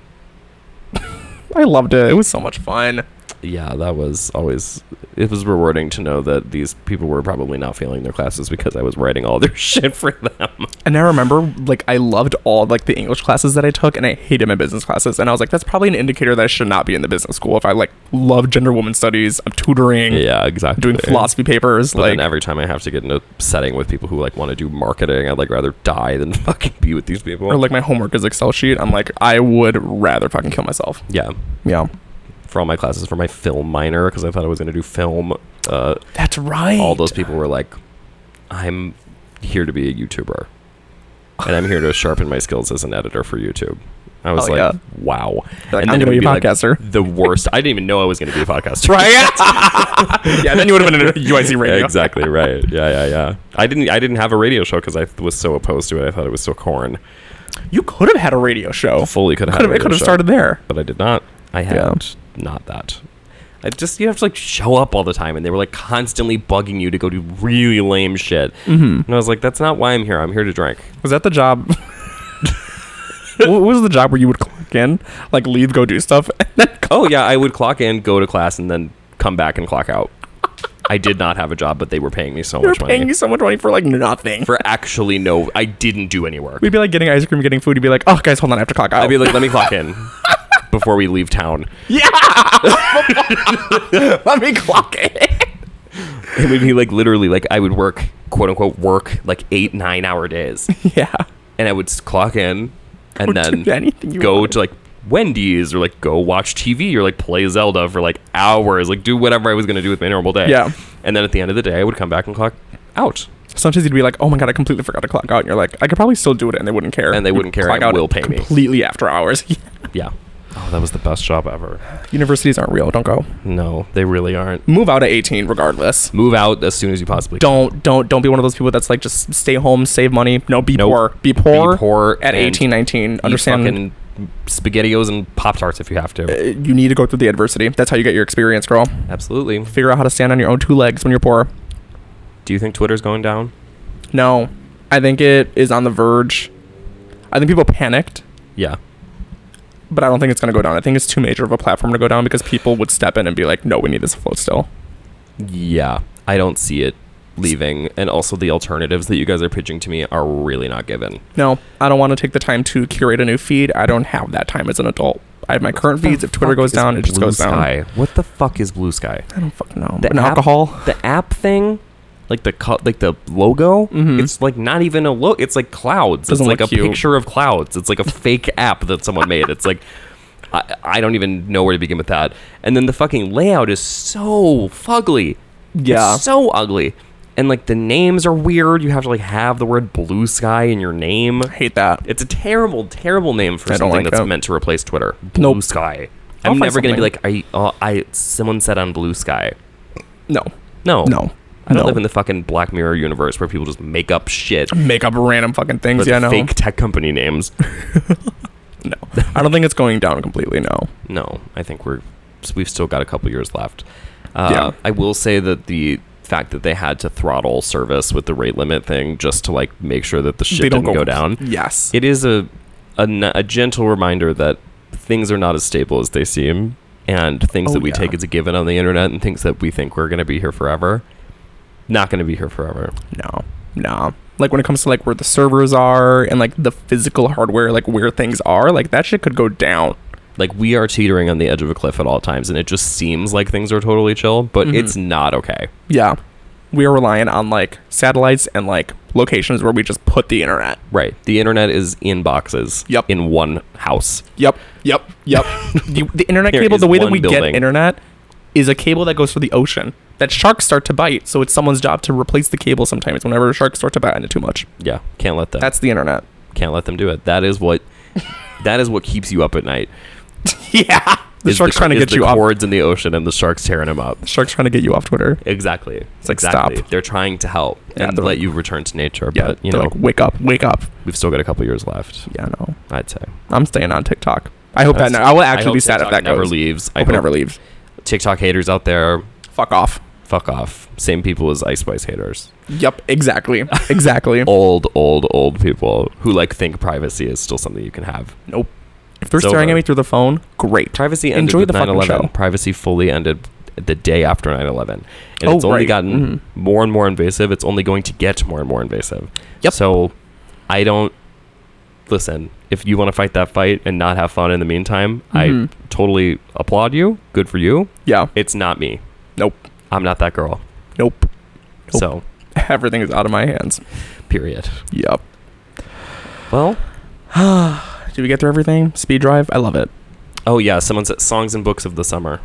A: Mm-hmm.
C: I loved it. It was so much fun.
A: Yeah, that was always. It was rewarding to know that these people were probably not failing their classes because I was writing all their shit for them.
C: And I remember, like, I loved all like the English classes that I took, and I hated my business classes. And I was like, that's probably an indicator that I should not be in the business school if I like love gender woman studies. I'm tutoring,
A: Yeah, exactly.
C: doing philosophy papers,
A: But
C: like
A: then every time I have to get in a setting with people who like want to do marketing, I'd like rather die than fucking be with these people.
C: or like my homework is Excel sheet. I'm like, I would rather fucking kill myself.
A: yeah,
C: Yeah,
A: for all my classes, for my film minor because I thought I was going to do film. Uh,
C: that's right.
A: all those people were like, "I'm here to be a YouTuber." and I'm here to sharpen my skills as an editor for YouTube. I was
C: Oh,
A: like,
C: yeah.
A: wow.
C: Like,
A: and
C: I'm
A: then it
C: gonna
A: would
C: be a
A: like,
C: podcaster.
A: the worst. I didn't even know I was going to be a podcaster.
C: yeah, then you would have been in a UIC radio.
A: Yeah, exactly right. Yeah, yeah, yeah. I didn't. I didn't have a radio show because I was so opposed to it. I thought it was so corn.
C: You could have had a radio show.
A: Fully could have.
C: Could have, it could have started there.
A: but I did not. I had
C: Yeah.
A: not that. I just you have to like show up all the time, and they were like constantly bugging you to go do really lame shit. Mm-hmm. And I was like, that's not why I'm here. I'm here to drink.
C: Was that the job? what was the job where you would clock in, like leave, go do stuff, and then come?
A: Oh yeah, I would clock in, go to class, and then come back and clock out. I did not have a job, but they were paying me so
C: They're
A: much money
C: paying you so much money for like nothing.
A: for actually no. I didn't do any work.
C: We'd be like getting ice cream, getting food. You'd be like, oh, guys, hold on, I have to clock out.
A: I'd be like, let me clock
C: Oh.
A: in before we leave town.
C: let me clock in.
A: It would be like literally like I would work quote unquote work like eight nine hour days,
C: yeah.
A: and I would s- clock in and
C: Or
A: then
C: do anything you
A: go
C: wanted.
A: to like Wendy's or like go watch TV or like play Zelda for like hours, like do whatever I was gonna do with my normal day.
C: Yeah.
A: and then at the end of the day, I would come back and clock out,
C: Sometimes you'd be like, oh my god, I completely forgot to clock out. And you're like, I could probably still do it, and they wouldn't care.
A: and they wouldn't care.
C: Clock
A: and
C: out
A: will pay me.
C: completely after hours.
A: Yeah. Oh, that was the best job ever.
C: Universities aren't real. Don't go.
A: No, they really aren't.
C: Move out at 18, regardless.
A: Move out as soon as you possibly can.
C: Don't don't don't be one of those people that's like just stay home, save money. No, be
A: Nope.
C: poor. Be poor.
A: Be poor
C: at
A: and
C: 18, 19.
A: Eat
C: Understand?
A: fucking spaghettios and pop tarts if you have to.
C: you need to go through the adversity. That's how you get your experience, girl.
A: Absolutely.
C: Figure out how to stand on your own two legs when you're poor.
A: Do you think Twitter's going down?
C: No, I think it is on the verge. I think people panicked,
A: Yeah.
C: but I don't think it's going to go down. I think it's too major of a platform to go down because people would step in and be like, "No, we need this afloat still."
A: Yeah. I don't see it leaving. And also, the alternatives that you guys are pitching to me are really not given.
C: No, I don't want to take the time to curate a new feed. I don't have that time as an adult. I have my current feeds. If Twitter goes down, it just goes down.
A: Sky? What the fuck is Blue Sky?
C: I don't fucking know.
A: The
C: But an
A: app-
C: alcohol.
A: The app thing? Like the co- like the logo, it's like not even a look. It's like clouds.
C: Mm-hmm. Doesn't
A: it's like
C: look
A: a
C: cute.
A: picture of clouds. It's like a fake app that someone made. It's like I, I don't even know where to begin with that. And then the fucking layout is so fugly.
C: Yeah.
A: It's so ugly. And like the names are weird. You have to like have the word blue sky in your name.
C: I hate that.
A: It's a terrible, terrible name for
C: I don't
A: something
C: like
A: that's
C: that.
A: meant to replace Twitter. Blue
C: Nope.
A: Sky.
C: I'll
A: I'm
C: find
A: never going to be
C: something.
A: like, I, uh, I, someone said on Blue Sky.
C: no,
A: No.
C: no.
A: I don't
C: no.
A: live in the fucking Black Mirror universe where people just make up shit
C: make up random fucking things.
A: with
C: Yeah, no,
A: fake tech company names.
C: no. I don't think it's going down completely. No.
A: No, I think we're we've still got a couple years left. Uh,
C: Yeah.
A: I will say that the fact that they had to throttle service with the rate limit thing just to like make sure that the shit
C: They don't
A: didn't go,
C: go-
A: down.
C: Yes.
A: It is a, a n- a gentle reminder that things are not as stable as they seem, and things
C: Oh,
A: that we
C: yeah.
A: take as a given on the internet, and things that we think we're going to be here forever, not going to be here forever.
C: No, no. Like when it comes to like where the servers are and like the physical hardware, like where things are, like that shit could go down.
A: Like we are teetering on the edge of a cliff at all times, and it just seems like things are totally chill, but
C: Mm-hmm.
A: it's not okay.
C: Yeah. We are relying on like satellites and like locations where we just put the internet.
A: Right. The internet is in boxes.
C: Yep.
A: In one house.
C: Yep, yep, yep. the, the internet
A: There
C: cable,
A: is
C: the way that
A: one
C: we
A: building.
C: get internet is a cable that goes through the ocean that sharks start to bite. So it's someone's job to replace the cable sometimes whenever sharks start to bite on it too much.
A: Yeah. Can't let them.
C: That's the internet.
A: can't let them do it. That is what. that is what keeps you up at night.
C: yeah. The
A: is
C: shark's
A: the,
C: trying to
A: is
C: get
A: the
C: you off.
A: cords in the ocean and the sharks tearing them up.
C: Shark's trying to get you off Twitter.
A: Exactly. It's
C: like,
A: exactly.
C: stop.
A: They're trying to help
C: Yeah,
A: and
C: they're
A: let
C: like-
A: you return to nature.
C: Yeah.
A: but you
C: they're
A: know,
C: like, wake up, wake up.
A: we've still got a couple years left.
C: Yeah, no.
A: I'd say.
C: I'm staying on TikTok. I hope that
A: That's-
C: no, I will
A: I
C: actually
A: hope
C: be sad if
A: TikTok
C: that
A: never
C: goes.
A: leaves.
C: I hope it never leaves.
A: TikTok haters out there,
C: Fuck off.
A: fuck off. Same people as Ice Spice haters.
C: Yep, exactly, exactly.
A: Old, old, old people who like think privacy is still something you can have.
C: nope. If they're
A: It's
C: staring
A: over.
C: at me through the phone, great.
A: Privacy ended
C: Enjoy
A: with
C: the fucking
A: 9/11.
C: show.
A: Privacy fully ended the day after 9/11, and
C: Oh,
A: it's only
C: right. Mm-hmm.
A: gotten more and more invasive. It's only going to get more and more invasive. Yep. So, I don't listen. If you want to fight that fight and not have fun in the meantime, I totally applaud you. Good for you.
C: Mm-hmm. Yeah.
A: It's not me.
C: Nope.
A: I'm not that girl.
C: Nope. Nope.
A: So,
C: Everything is out of my hands.
A: period.
C: Yep.
A: Well,
C: Did we get through everything? Speed drive. I love it.
A: oh yeah, someone said songs and books of the summer.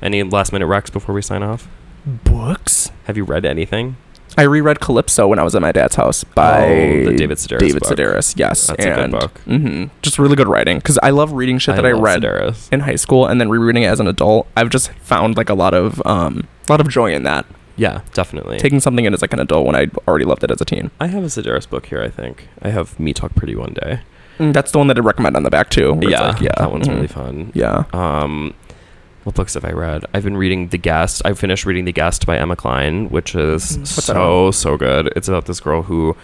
A: Any last minute recs before we sign off?
C: Books.
A: Have you read anything?
C: I reread Calypso when I was at my dad's house by
A: Oh, the David Sedaris
C: David
A: book.
C: Sedaris, yes,
A: That's a good book.
C: hmm just really good writing because I love reading shit that I,
A: love
C: read
A: Sedaris.
C: in high school and then rereading it as an adult. I've just found like a lot of um, a lot of joy in that.
A: Yeah, definitely.
C: Taking something in as like an adult when I already loved it as a teen.
A: I have a Sedaris book here. I think I have Me Talk Pretty one day.
C: Mm, That's the one that I recommend on the back too. where it's
A: Yeah,
C: like, yeah,
A: that one's
C: mhm.
A: really fun.
C: Yeah,
A: Um, what books have I read? I've been reading The Guest. I finished reading The Guest by Emma Klein, which is so so good. It's about this girl who,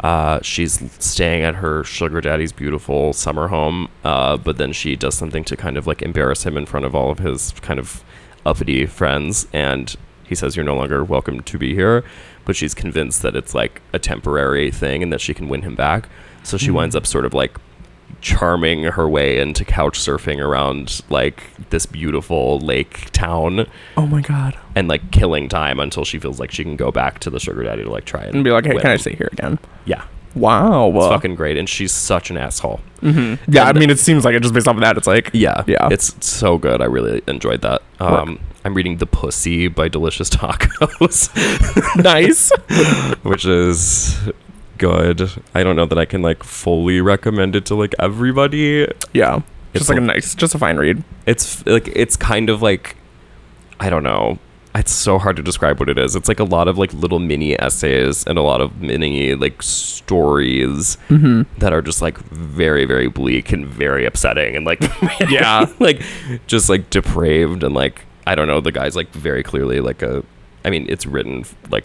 A: uh, she's staying at her sugar daddy's beautiful summer home, uh, but then she does something to kind of like embarrass him in front of all of his kind of uppity friends, and he says you're no longer welcome to be here. But she's convinced that it's like a temporary thing and that she can win him back. So she winds up sort of like charming her way into couch surfing around like this beautiful lake town
C: Oh my god.
A: and like killing time until she feels like she can go back to the sugar daddy to like try and,
C: And be like, hey,
A: win
C: can I
A: him."
C: stay here again?
A: Yeah,
C: Wow.
A: it's fucking great, and she's such an asshole.
C: yeah, I mean, it seems like it just based off of that. It's like
A: Yeah,
C: Mm-hmm. yeah.
A: it's so good. I really enjoyed that. Um, I'm reading The Pussy by Delicious Tacos,
C: nice.
A: which is good. I don't know that I can like fully recommend it to like everybody.
C: yeah,
A: It's
C: just like a
A: l-
C: nice, just a fine read.
A: it's f- like it's kind of like i don't know it's so hard to describe what it is it's like a lot of like little mini essays and a lot of mini like stories that are just like very very bleak and very upsetting and like yeah like just like depraved and like i don't know the guy's like very clearly like a i mean it's written like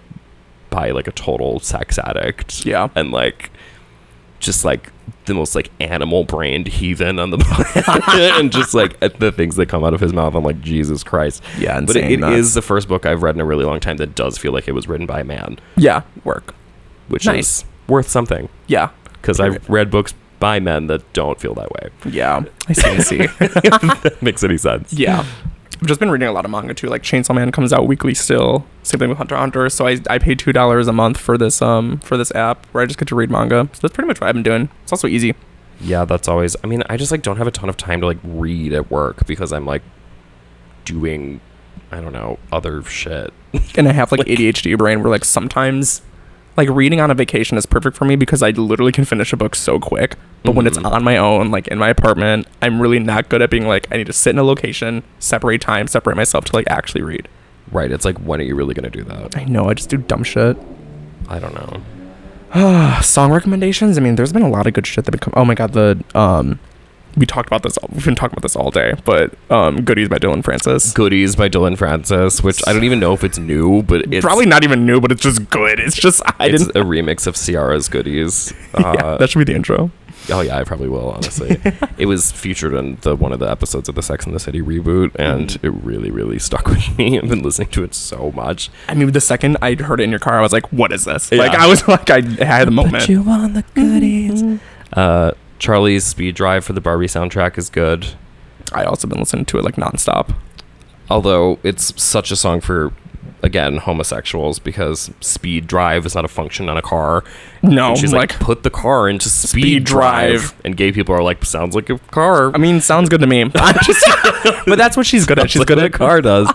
A: by like a total sex addict
C: Yeah.
A: and like just like the most like animal brained heathen on the planet and just like at the things that come out of his mouth i'm like jesus christ
C: Yeah,
A: but it,
C: insane
A: it
C: nuts.
A: is the first book i've read in a really long time that does feel like it was written by a man
C: Yeah, work.
A: which
C: Nice.
A: is worth something
C: Yeah,
A: because i've read books by men that don't feel that way
C: yeah. I see. I see.
A: that makes any sense
C: yeah. I've just been reading a lot of manga too. Like Chainsaw Man comes out weekly still. Same thing with Hunter x Hunter. So I, I pay two dollars a month for this um for this app where I just get to read manga. So that's pretty much what I've been doing. It's also easy.
A: yeah that's always i mean i just like don't have a ton of time to like read at work because i'm like doing i don't know other shit
C: and I have like, ADHD brain where like sometimes like reading on a vacation is perfect for me because I literally can finish a book so quick. But when it's on my own, like in my apartment, I'm really not good at being like I need to sit in a location, separate time, separate myself to like actually read.
A: right it's like when are you really gonna do that
C: I know I just do dumb shit.
A: i don't know
C: Uh, song recommendations. I mean, there's been a lot of good shit that become. Oh my god, the um, we talked about this. We've been talking about this all day, but um, "Goodies" by Dylan Francis.
A: Goodies by Dylan Francis, which I don't even know if it's new, but it's
C: Probably not even new, but it's just good. It's just I
A: it's
C: didn't.
A: a remix of Ciara's Goodies. Uh,
C: yeah, that should be the intro.
A: oh yeah, I probably will. Honestly, it was featured in the one of the episodes of the Sex and the City reboot, and
C: Mm-hmm.
A: it really, really stuck with me. I've been listening to it so much.
C: I mean, the second I heard it in your car, I was like, "What is this?" Like,
A: Yeah.
C: I was like, I had the moment.
A: on the goodies. Uh, Charlie's Speed Drive for the Barbie soundtrack is good,
C: I also been listening to it like nonstop.
A: although it's such a song for. Again, homosexuals because speed drive is not a function on a car.
C: No,
A: And she's like,
C: like-
A: put the car into speed,
C: Speed
A: drive.
C: drive.
A: And gay people are like, sounds like a car.
C: I mean, sounds good to me. I'm just- but that's what she's good at. She's
A: Like
C: good
A: what a
C: at
A: car does.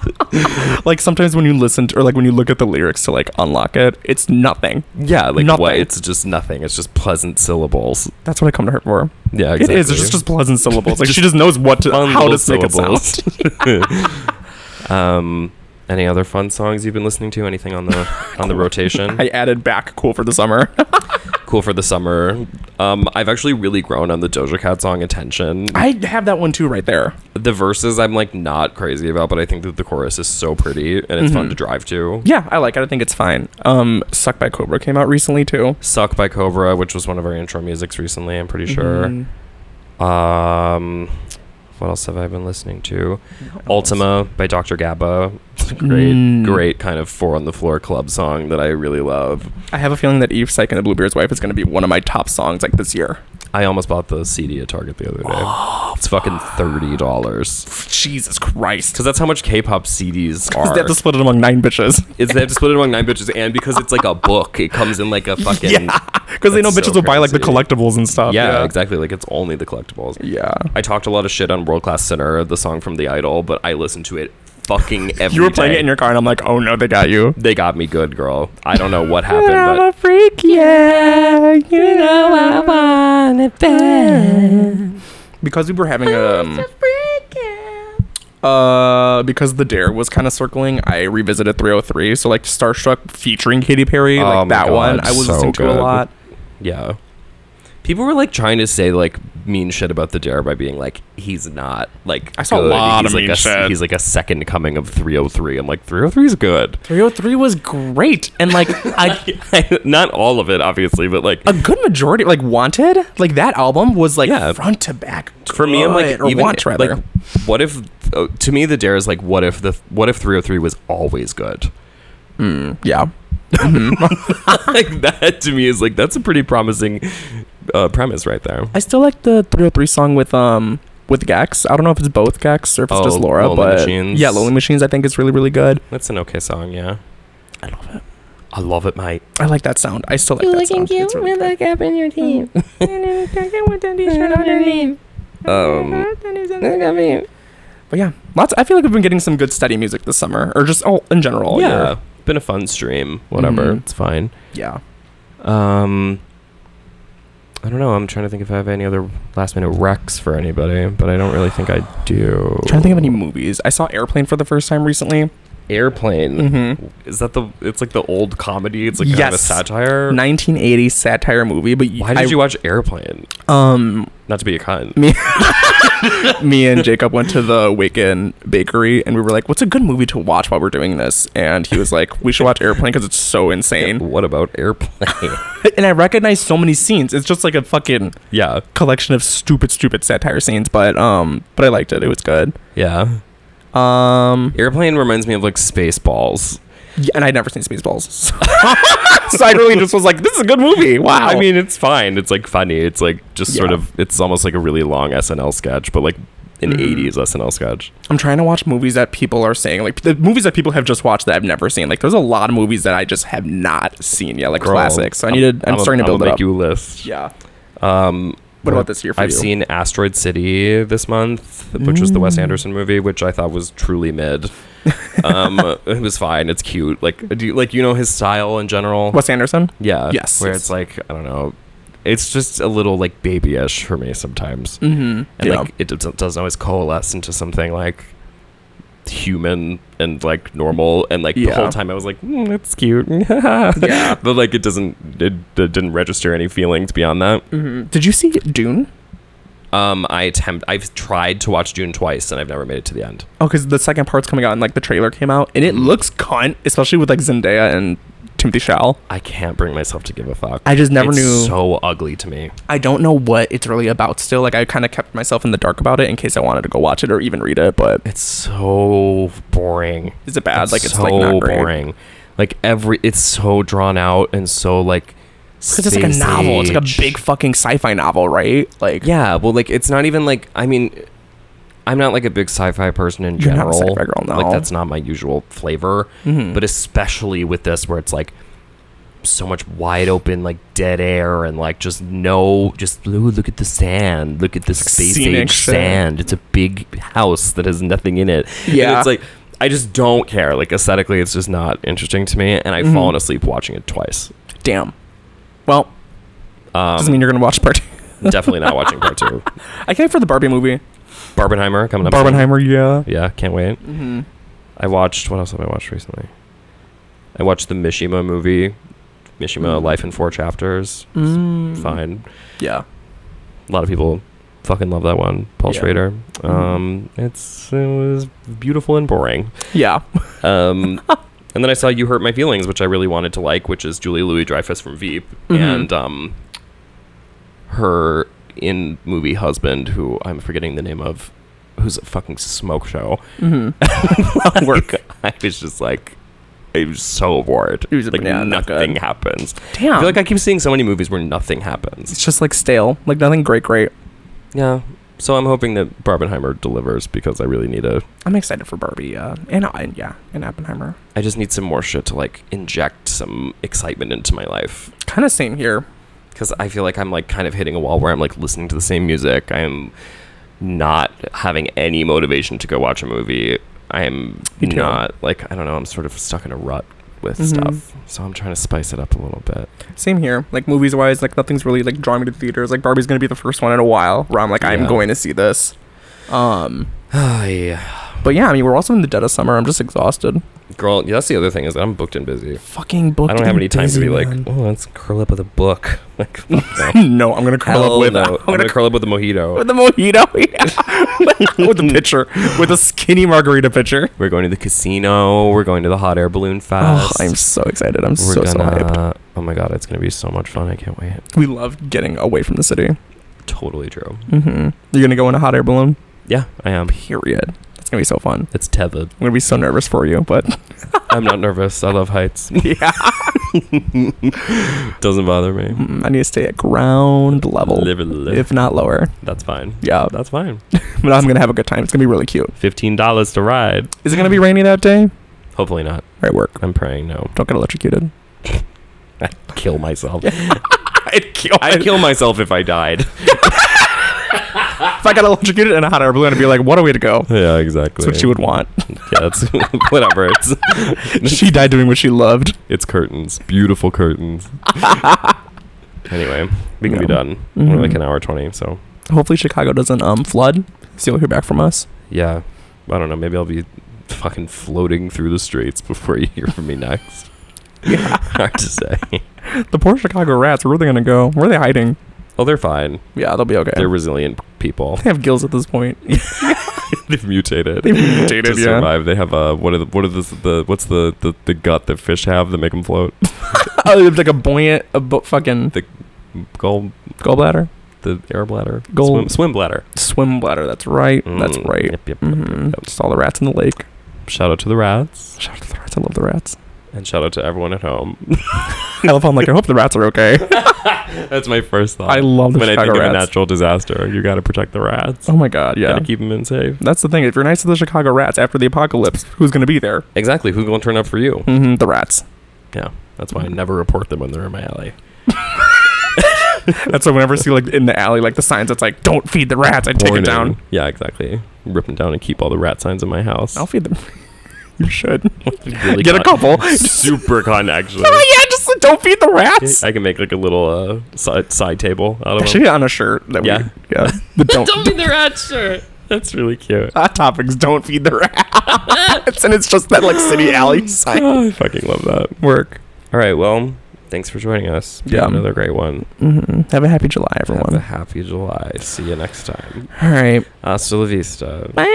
C: Like sometimes when you listen to or like when you look at the lyrics to like unlock it, it's nothing.
A: yeah, like
C: Nothing.
A: what? It's just nothing. It's just pleasant syllables.
C: That's what I come to her for.
A: Yeah,
C: It
A: exactly.
C: is. It's just, just pleasant syllables. Like she just knows what to
A: Fun
C: how
A: little
C: to make it sound.
A: syllables. um, any other fun songs you've been listening to? Anything on the on the rotation?
C: I added back cool for the summer.
A: cool for the summer. Um, I've actually really grown on the Doja Cat song "Attention."
C: I have that one too right there.
A: the verses I'm like not crazy about, but I think that the chorus is so pretty and it's
C: Mm-hmm.
A: fun to drive to.
C: Yeah, I like it. I think it's fine. Um, Suck by Cobra came out recently too.
A: Suck by Cobra, which was one of our intro musics recently, I'm pretty sure.
C: Mm-hmm.
A: Um, what else have I been listening to? Ultima by Dr. Gabba. It's a great,
C: Mm.
A: great kind of four on the floor club song that I really love.
C: I have a feeling that Eve Psych and the Bluebeard's Wife is going to be one of my top songs like this year.
A: I almost bought the CD at Target the other day. it's fucking thirty dollars.
C: Jesus Christ.
A: Because that's how much K-pop CDs
C: Because
A: are.
C: they have to split it among nine bitches.
A: it's they have to split it among nine bitches, and because it's like a book, it comes in like a fucking
C: Yeah. Because they know
A: That's
C: bitches
A: so
C: will buy like the
A: crazy.
C: collectibles and stuff.
A: yeah, exactly. Like it's only the collectibles.
C: Yeah.
A: I talked a lot of shit on World Class Center, the song from The Idol, but I listened to it fucking every day.
C: You were playing it in your car, and I'm like, oh no, they got you.
A: They got me good, girl. I don't know what happened, but
C: freak, yeah. You know I want it bad. Because we were having a. Um, uh, because the dare was kind of circling, I revisited 303. So like Starstruck featuring Katy Perry,
A: Oh
C: like
A: my
C: that
A: God,
C: one, I was
A: so
C: listening to
A: good.
C: a lot.
A: yeah. People were like trying to say like mean shit about the dare by being like he's not like I
C: saw a lot
A: he's
C: of
A: like
C: mean
A: a,
C: shit.
A: He's like a second coming of 303. I'm like 303 is good.
C: 303 was great, and like I,
A: Not all of it, obviously, but like
C: a good majority, like Wanted, like that album was like
A: Yeah.
C: front to back.
A: for me, I'm like
C: good, or
A: even
C: want rather.
A: like what if uh, to me the dare is like what if the what if 303 was always good.
C: yeah.
A: like that to me is like that's a pretty promising uh, premise right there.
C: I still like the 303 song with um with Gex. I don't know if it's both Gex or if it's
A: Oh,
C: just Laura,
A: Lonely
C: but
A: Machines.
C: yeah, Lonely Machines I think is really really good.
A: That's an okay song, yeah. I love it. I love it, mate.
C: I like that sound. I still like that sound. It's really good.
F: up in your teeth.
A: Um,
C: But yeah, lots. I feel like we've been getting some good steady music this summer, or just oh in general. all
A: yeah,
C: year.
A: been a fun stream. Whatever,
C: Mhm.
A: it's fine.
C: yeah.
A: Um, I don't know. I'm trying to think if I have any other last minute wrecks for anybody, but I don't really think I do.
C: trying to think of any movies. I saw Airplane for the first time recently.
A: Airplane
C: Mm-hmm.
A: is that the? It's like the old comedy. It's like kind of a
C: Yes.
A: satire.
C: 1980 satire movie, but
A: Why did
C: I,
A: you watch Airplane?
C: Um,
A: Not to be a cunt.
C: me, me and Jacob went to the Waken Bakery, and we were like, "What's a good movie to watch while we're doing this?" And he was like, "We should watch Airplane because it's so insane."
A: What about Airplane?
C: And I recognize so many scenes. It's just like a fucking
A: yeah,
C: collection of stupid, stupid satire scenes. But um, but I liked it. It was good.
A: yeah.
C: Um,
A: Airplane reminds me of like Spaceballs.
C: Yeah, and I'd never seen Spaceballs. So, so I really just was like, this is a good movie. Wow.
A: I mean, it's fine. It's like funny. It's like just sort
C: Yeah.
A: of. It's almost like a really long SNL sketch, but like an
C: Hmm.
A: '80s SNL sketch.
C: I'm trying to watch movies that people are saying, like the movies that people have just watched that I've never seen. Like, there's a lot of movies that I just have not seen yet, like classics. So I needed, I'm, starting to build
A: i
C: it up.
A: Make you a list.
C: yeah.
A: Um,
C: What about this year for
A: I've
C: you?
A: seen Asteroid City this month, which was the
C: Mm.
A: Wes Anderson movie, which I thought was truly mid. um, it was fine. It's cute. Like, do you, like you know his style in general?
C: Wes Anderson?
A: Yeah.
C: Yes,
A: Where
C: yes.
A: it's like I don't know. It's just a little like babyish for me sometimes, mm-hmm. and
C: Yeah.
A: like it doesn't doesn't always coalesce into something like human and like normal. And like the
C: Yeah.
A: whole time I was like, mm, "That's cute," yeah. But like it doesn't it, it didn't register any feelings beyond that.
C: Did you see Dune?
A: Um, I attempt. I've tried to watch Dune twice, and I've never made it to the end.
C: Oh, because the second part's coming out and like the trailer came out and it
A: Mm-hmm.
C: looks cunt, especially with like Zendaya and Timothy Chalamet.
A: I can't bring myself to give a fuck.
C: I just never
A: It's
C: knew-
A: So ugly to me.
C: I don't know what it's really about still. Like, I kind of kept myself in the dark about it in case I wanted to go watch it or even read it, but
A: It's so boring.
C: Is it bad? Like, it's, like, not great?
A: boring. Like every, it's so drawn out and so like.
C: Because it's like a novel. It's like a
A: space-age.
C: big fucking sci-fi novel, right? Like
A: Yeah, well, like it's not even like I mean, I'm not like a big sci-fi person in
C: You're not
A: general.
C: a sci-fi girl, no. Mm-hmm.
A: Like that's not my usual flavor. But especially with this, where it's like so much wide open, like dead air, and like just no, just ooh, look at the sand, look at the space
C: scenic
A: age
C: shit.
A: sand. It's a big house that has nothing in it. And
C: Yeah.
A: it's like. I just don't care. Like aesthetically, it's just not interesting to me, and I've
C: Mm-hmm.
A: fallen asleep watching it twice. Um,
C: damn. Well, doesn't mean you're gonna watch part.
A: Definitely not watching part two.
C: I can't wait for the Barbie movie.
A: Barbenheimer coming up. soon.
C: Barbenheimer, yeah.
A: Yeah, can't wait. I watched what else have I watched recently? I watched the Mishima movie, Mishima Life in Four Chapters. It's
C: Mm-hmm.
A: Fine,
C: Yeah.
A: a lot of people fucking love that one. Paul
C: Yeah.
A: Schrader. Um, it's it was beautiful and boring.
C: Yeah.
A: Um, and then I saw You Hurt My Feelings, which I really wanted to like, which is Julie Louis Dreyfus from Veep
C: Mm-hmm.
A: and um, her in movie husband, who I'm forgetting the name of, who's a fucking smoke show.
C: Mm-hmm.
A: Work. I was just like, I was so bored.
C: was a-
A: like
C: yeah, not
A: nothing
C: good.
A: happens. I
C: Damn.
A: feel like I keep seeing so many movies where nothing happens.
C: it's just like stale. Like nothing great, great.
A: Yeah. So I'm hoping that Barbenheimer delivers because I really need a
C: I'm excited for Barbie. Uh, and, and yeah, and Oppenheimer.
A: I just need some more shit to like inject some excitement into my life.
C: Kind of same here.
A: because I feel like I'm like kind of hitting a wall where I'm like listening to the same music. I'm not having any motivation to go watch a movie. I'm
C: You do.
A: not like I don't know. I'm sort of stuck in a rut with
C: Mm-hmm.
A: stuff, so I'm trying to spice it up a little bit.
C: Same here. Like movies wise, like nothing's really like drawing me to theaters. Like Barbie's gonna be the first one in a while where I'm like, I'm
A: Yeah.
C: going to see this. Um,
A: yeah,
C: but yeah, I mean, we're also in the dead of summer. I'm just exhausted.
A: girl. Yeah, that's the other thing is that I'm booked and busy.
C: Fucking booked.
A: I don't have
C: and
A: any time to
C: busy,
A: be like,
C: man.
A: oh, let's curl up with a book. Like, fuck no.
C: no, I'm gonna curl
A: Hell
C: up with
A: no.
C: I'm
A: I'm
C: gonna
A: gonna curl up with a mojito.
C: with the mojito, yeah, with the pitcher, with a skinny margarita pitcher.
A: We're going to the casino. We're going to the hot air balloon
C: Oh,
A: fest.
C: I'm so excited. I'm
A: We're
C: so so hyped.
A: gonna- Oh my god, it's gonna be so much fun. I can't wait.
C: We love getting away from the city.
A: Totally true.
C: Mm-hmm. You're gonna go in a hot air balloon.
A: Yeah, I am.
C: Period. It's gonna be so fun.
A: It's tepid.
C: I'm gonna be so nervous for you, but
A: I'm not nervous. I love heights.
C: yeah,
A: Doesn't bother me.
C: Mm, I need to stay at ground level,
A: Live and live.
C: Oh, if not lower.
A: That's fine.
C: Yeah,
A: That's fine.
C: but I'm gonna have a good time. It's gonna be really cute.
A: Fifteen dollars to ride.
C: Is it gonna be rainy that day?
A: Hopefully not.
C: Right, work.
A: I'm praying no.
C: Don't get electrocuted.
A: I'd kill myself.
C: I'd kill.
A: I'd kill myself if I died.
C: if I got electrocuted in a hot air balloon. I'd be like, what a way to go.
A: Yeah, exactly.
C: That's what she would want.
A: Yeah, that's whatever. It's
C: she died doing what she loved.
A: it's curtains. Beautiful curtains. anyway, we can be
C: Yeah.
A: done. We're like
C: Mhm.
A: an hour twenty, so
C: Hopefully, Chicago doesn't um flood. So you'll hear back from us.
A: yeah. I don't know, maybe I'll be fucking floating through the streets before you hear from me next. Yeah. Hard to say.
C: The poor Chicago rats. Where are they gonna go? Where are they hiding?
A: Oh, they're fine.
C: Yeah, they'll be okay.
A: They're resilient people.
C: they have gills at this point.
A: They've mutated.
C: They've mutated,
A: to
C: yeah.
A: survive. They have uh, what are the what are the, the what's the, the the gut that fish have that make them float?
C: oh, they have like a buoyant, a bu- fucking
A: Gold,
C: gallbladder,
A: the air bladder,
C: Gold-
A: swim, swim bladder.
C: swim bladder. That's right. That's
A: Mm,
C: right.
A: Yep, yep, yep, yep,
C: hmm
A: yep.
C: Just all the rats in the lake.
A: Shout out to the rats
C: Shout out to the rats. I love the rats.
A: and shout out to everyone at home.
C: I love how I'm like, I hope the rats are okay.
A: That's my first thought.
C: I love the
A: when I
C: Chicago
A: think of a
C: rats.
A: natural disaster, you got to protect the rats.
C: oh my god, yeah.
A: Gotta keep them in safe.
C: That's the thing. If you're nice to the Chicago rats after the apocalypse, who's going to be there?
A: Exactly. Who's gonna turn up for you?
C: hmm the rats.
A: Yeah. That's why I never report them when they're in my alley.
C: That's why whenever I see like in the alley, like the signs, it's like, don't feed the rats. I take
A: Warning.
C: it down.
A: Yeah, exactly. Rip them down and keep all the rat signs in my house.
C: I'll feed them. you should.
A: Really
C: Get a
A: con-
C: couple.
A: Super con actually.
C: oh yeah, just like, don't feed the rats.
A: I can make like a little uh, side, side table out of
C: I should
A: them.
C: get on a shirt that
A: Yeah.
C: we yeah. But don't,
F: Don't be the rat shirt.
A: That's really cute.
C: hot topics. Don't feed the rats. and it's just that like city alley sign.
A: Oh, I fucking love that.
C: Work.
A: All right. Well, thanks for joining us.
C: Yeah.
A: Another great one.
C: hmm Have a happy July,
A: Have a
C: everyone.
A: happy July. See you next time.
C: All right.
A: Hasta la vista.
F: Bye.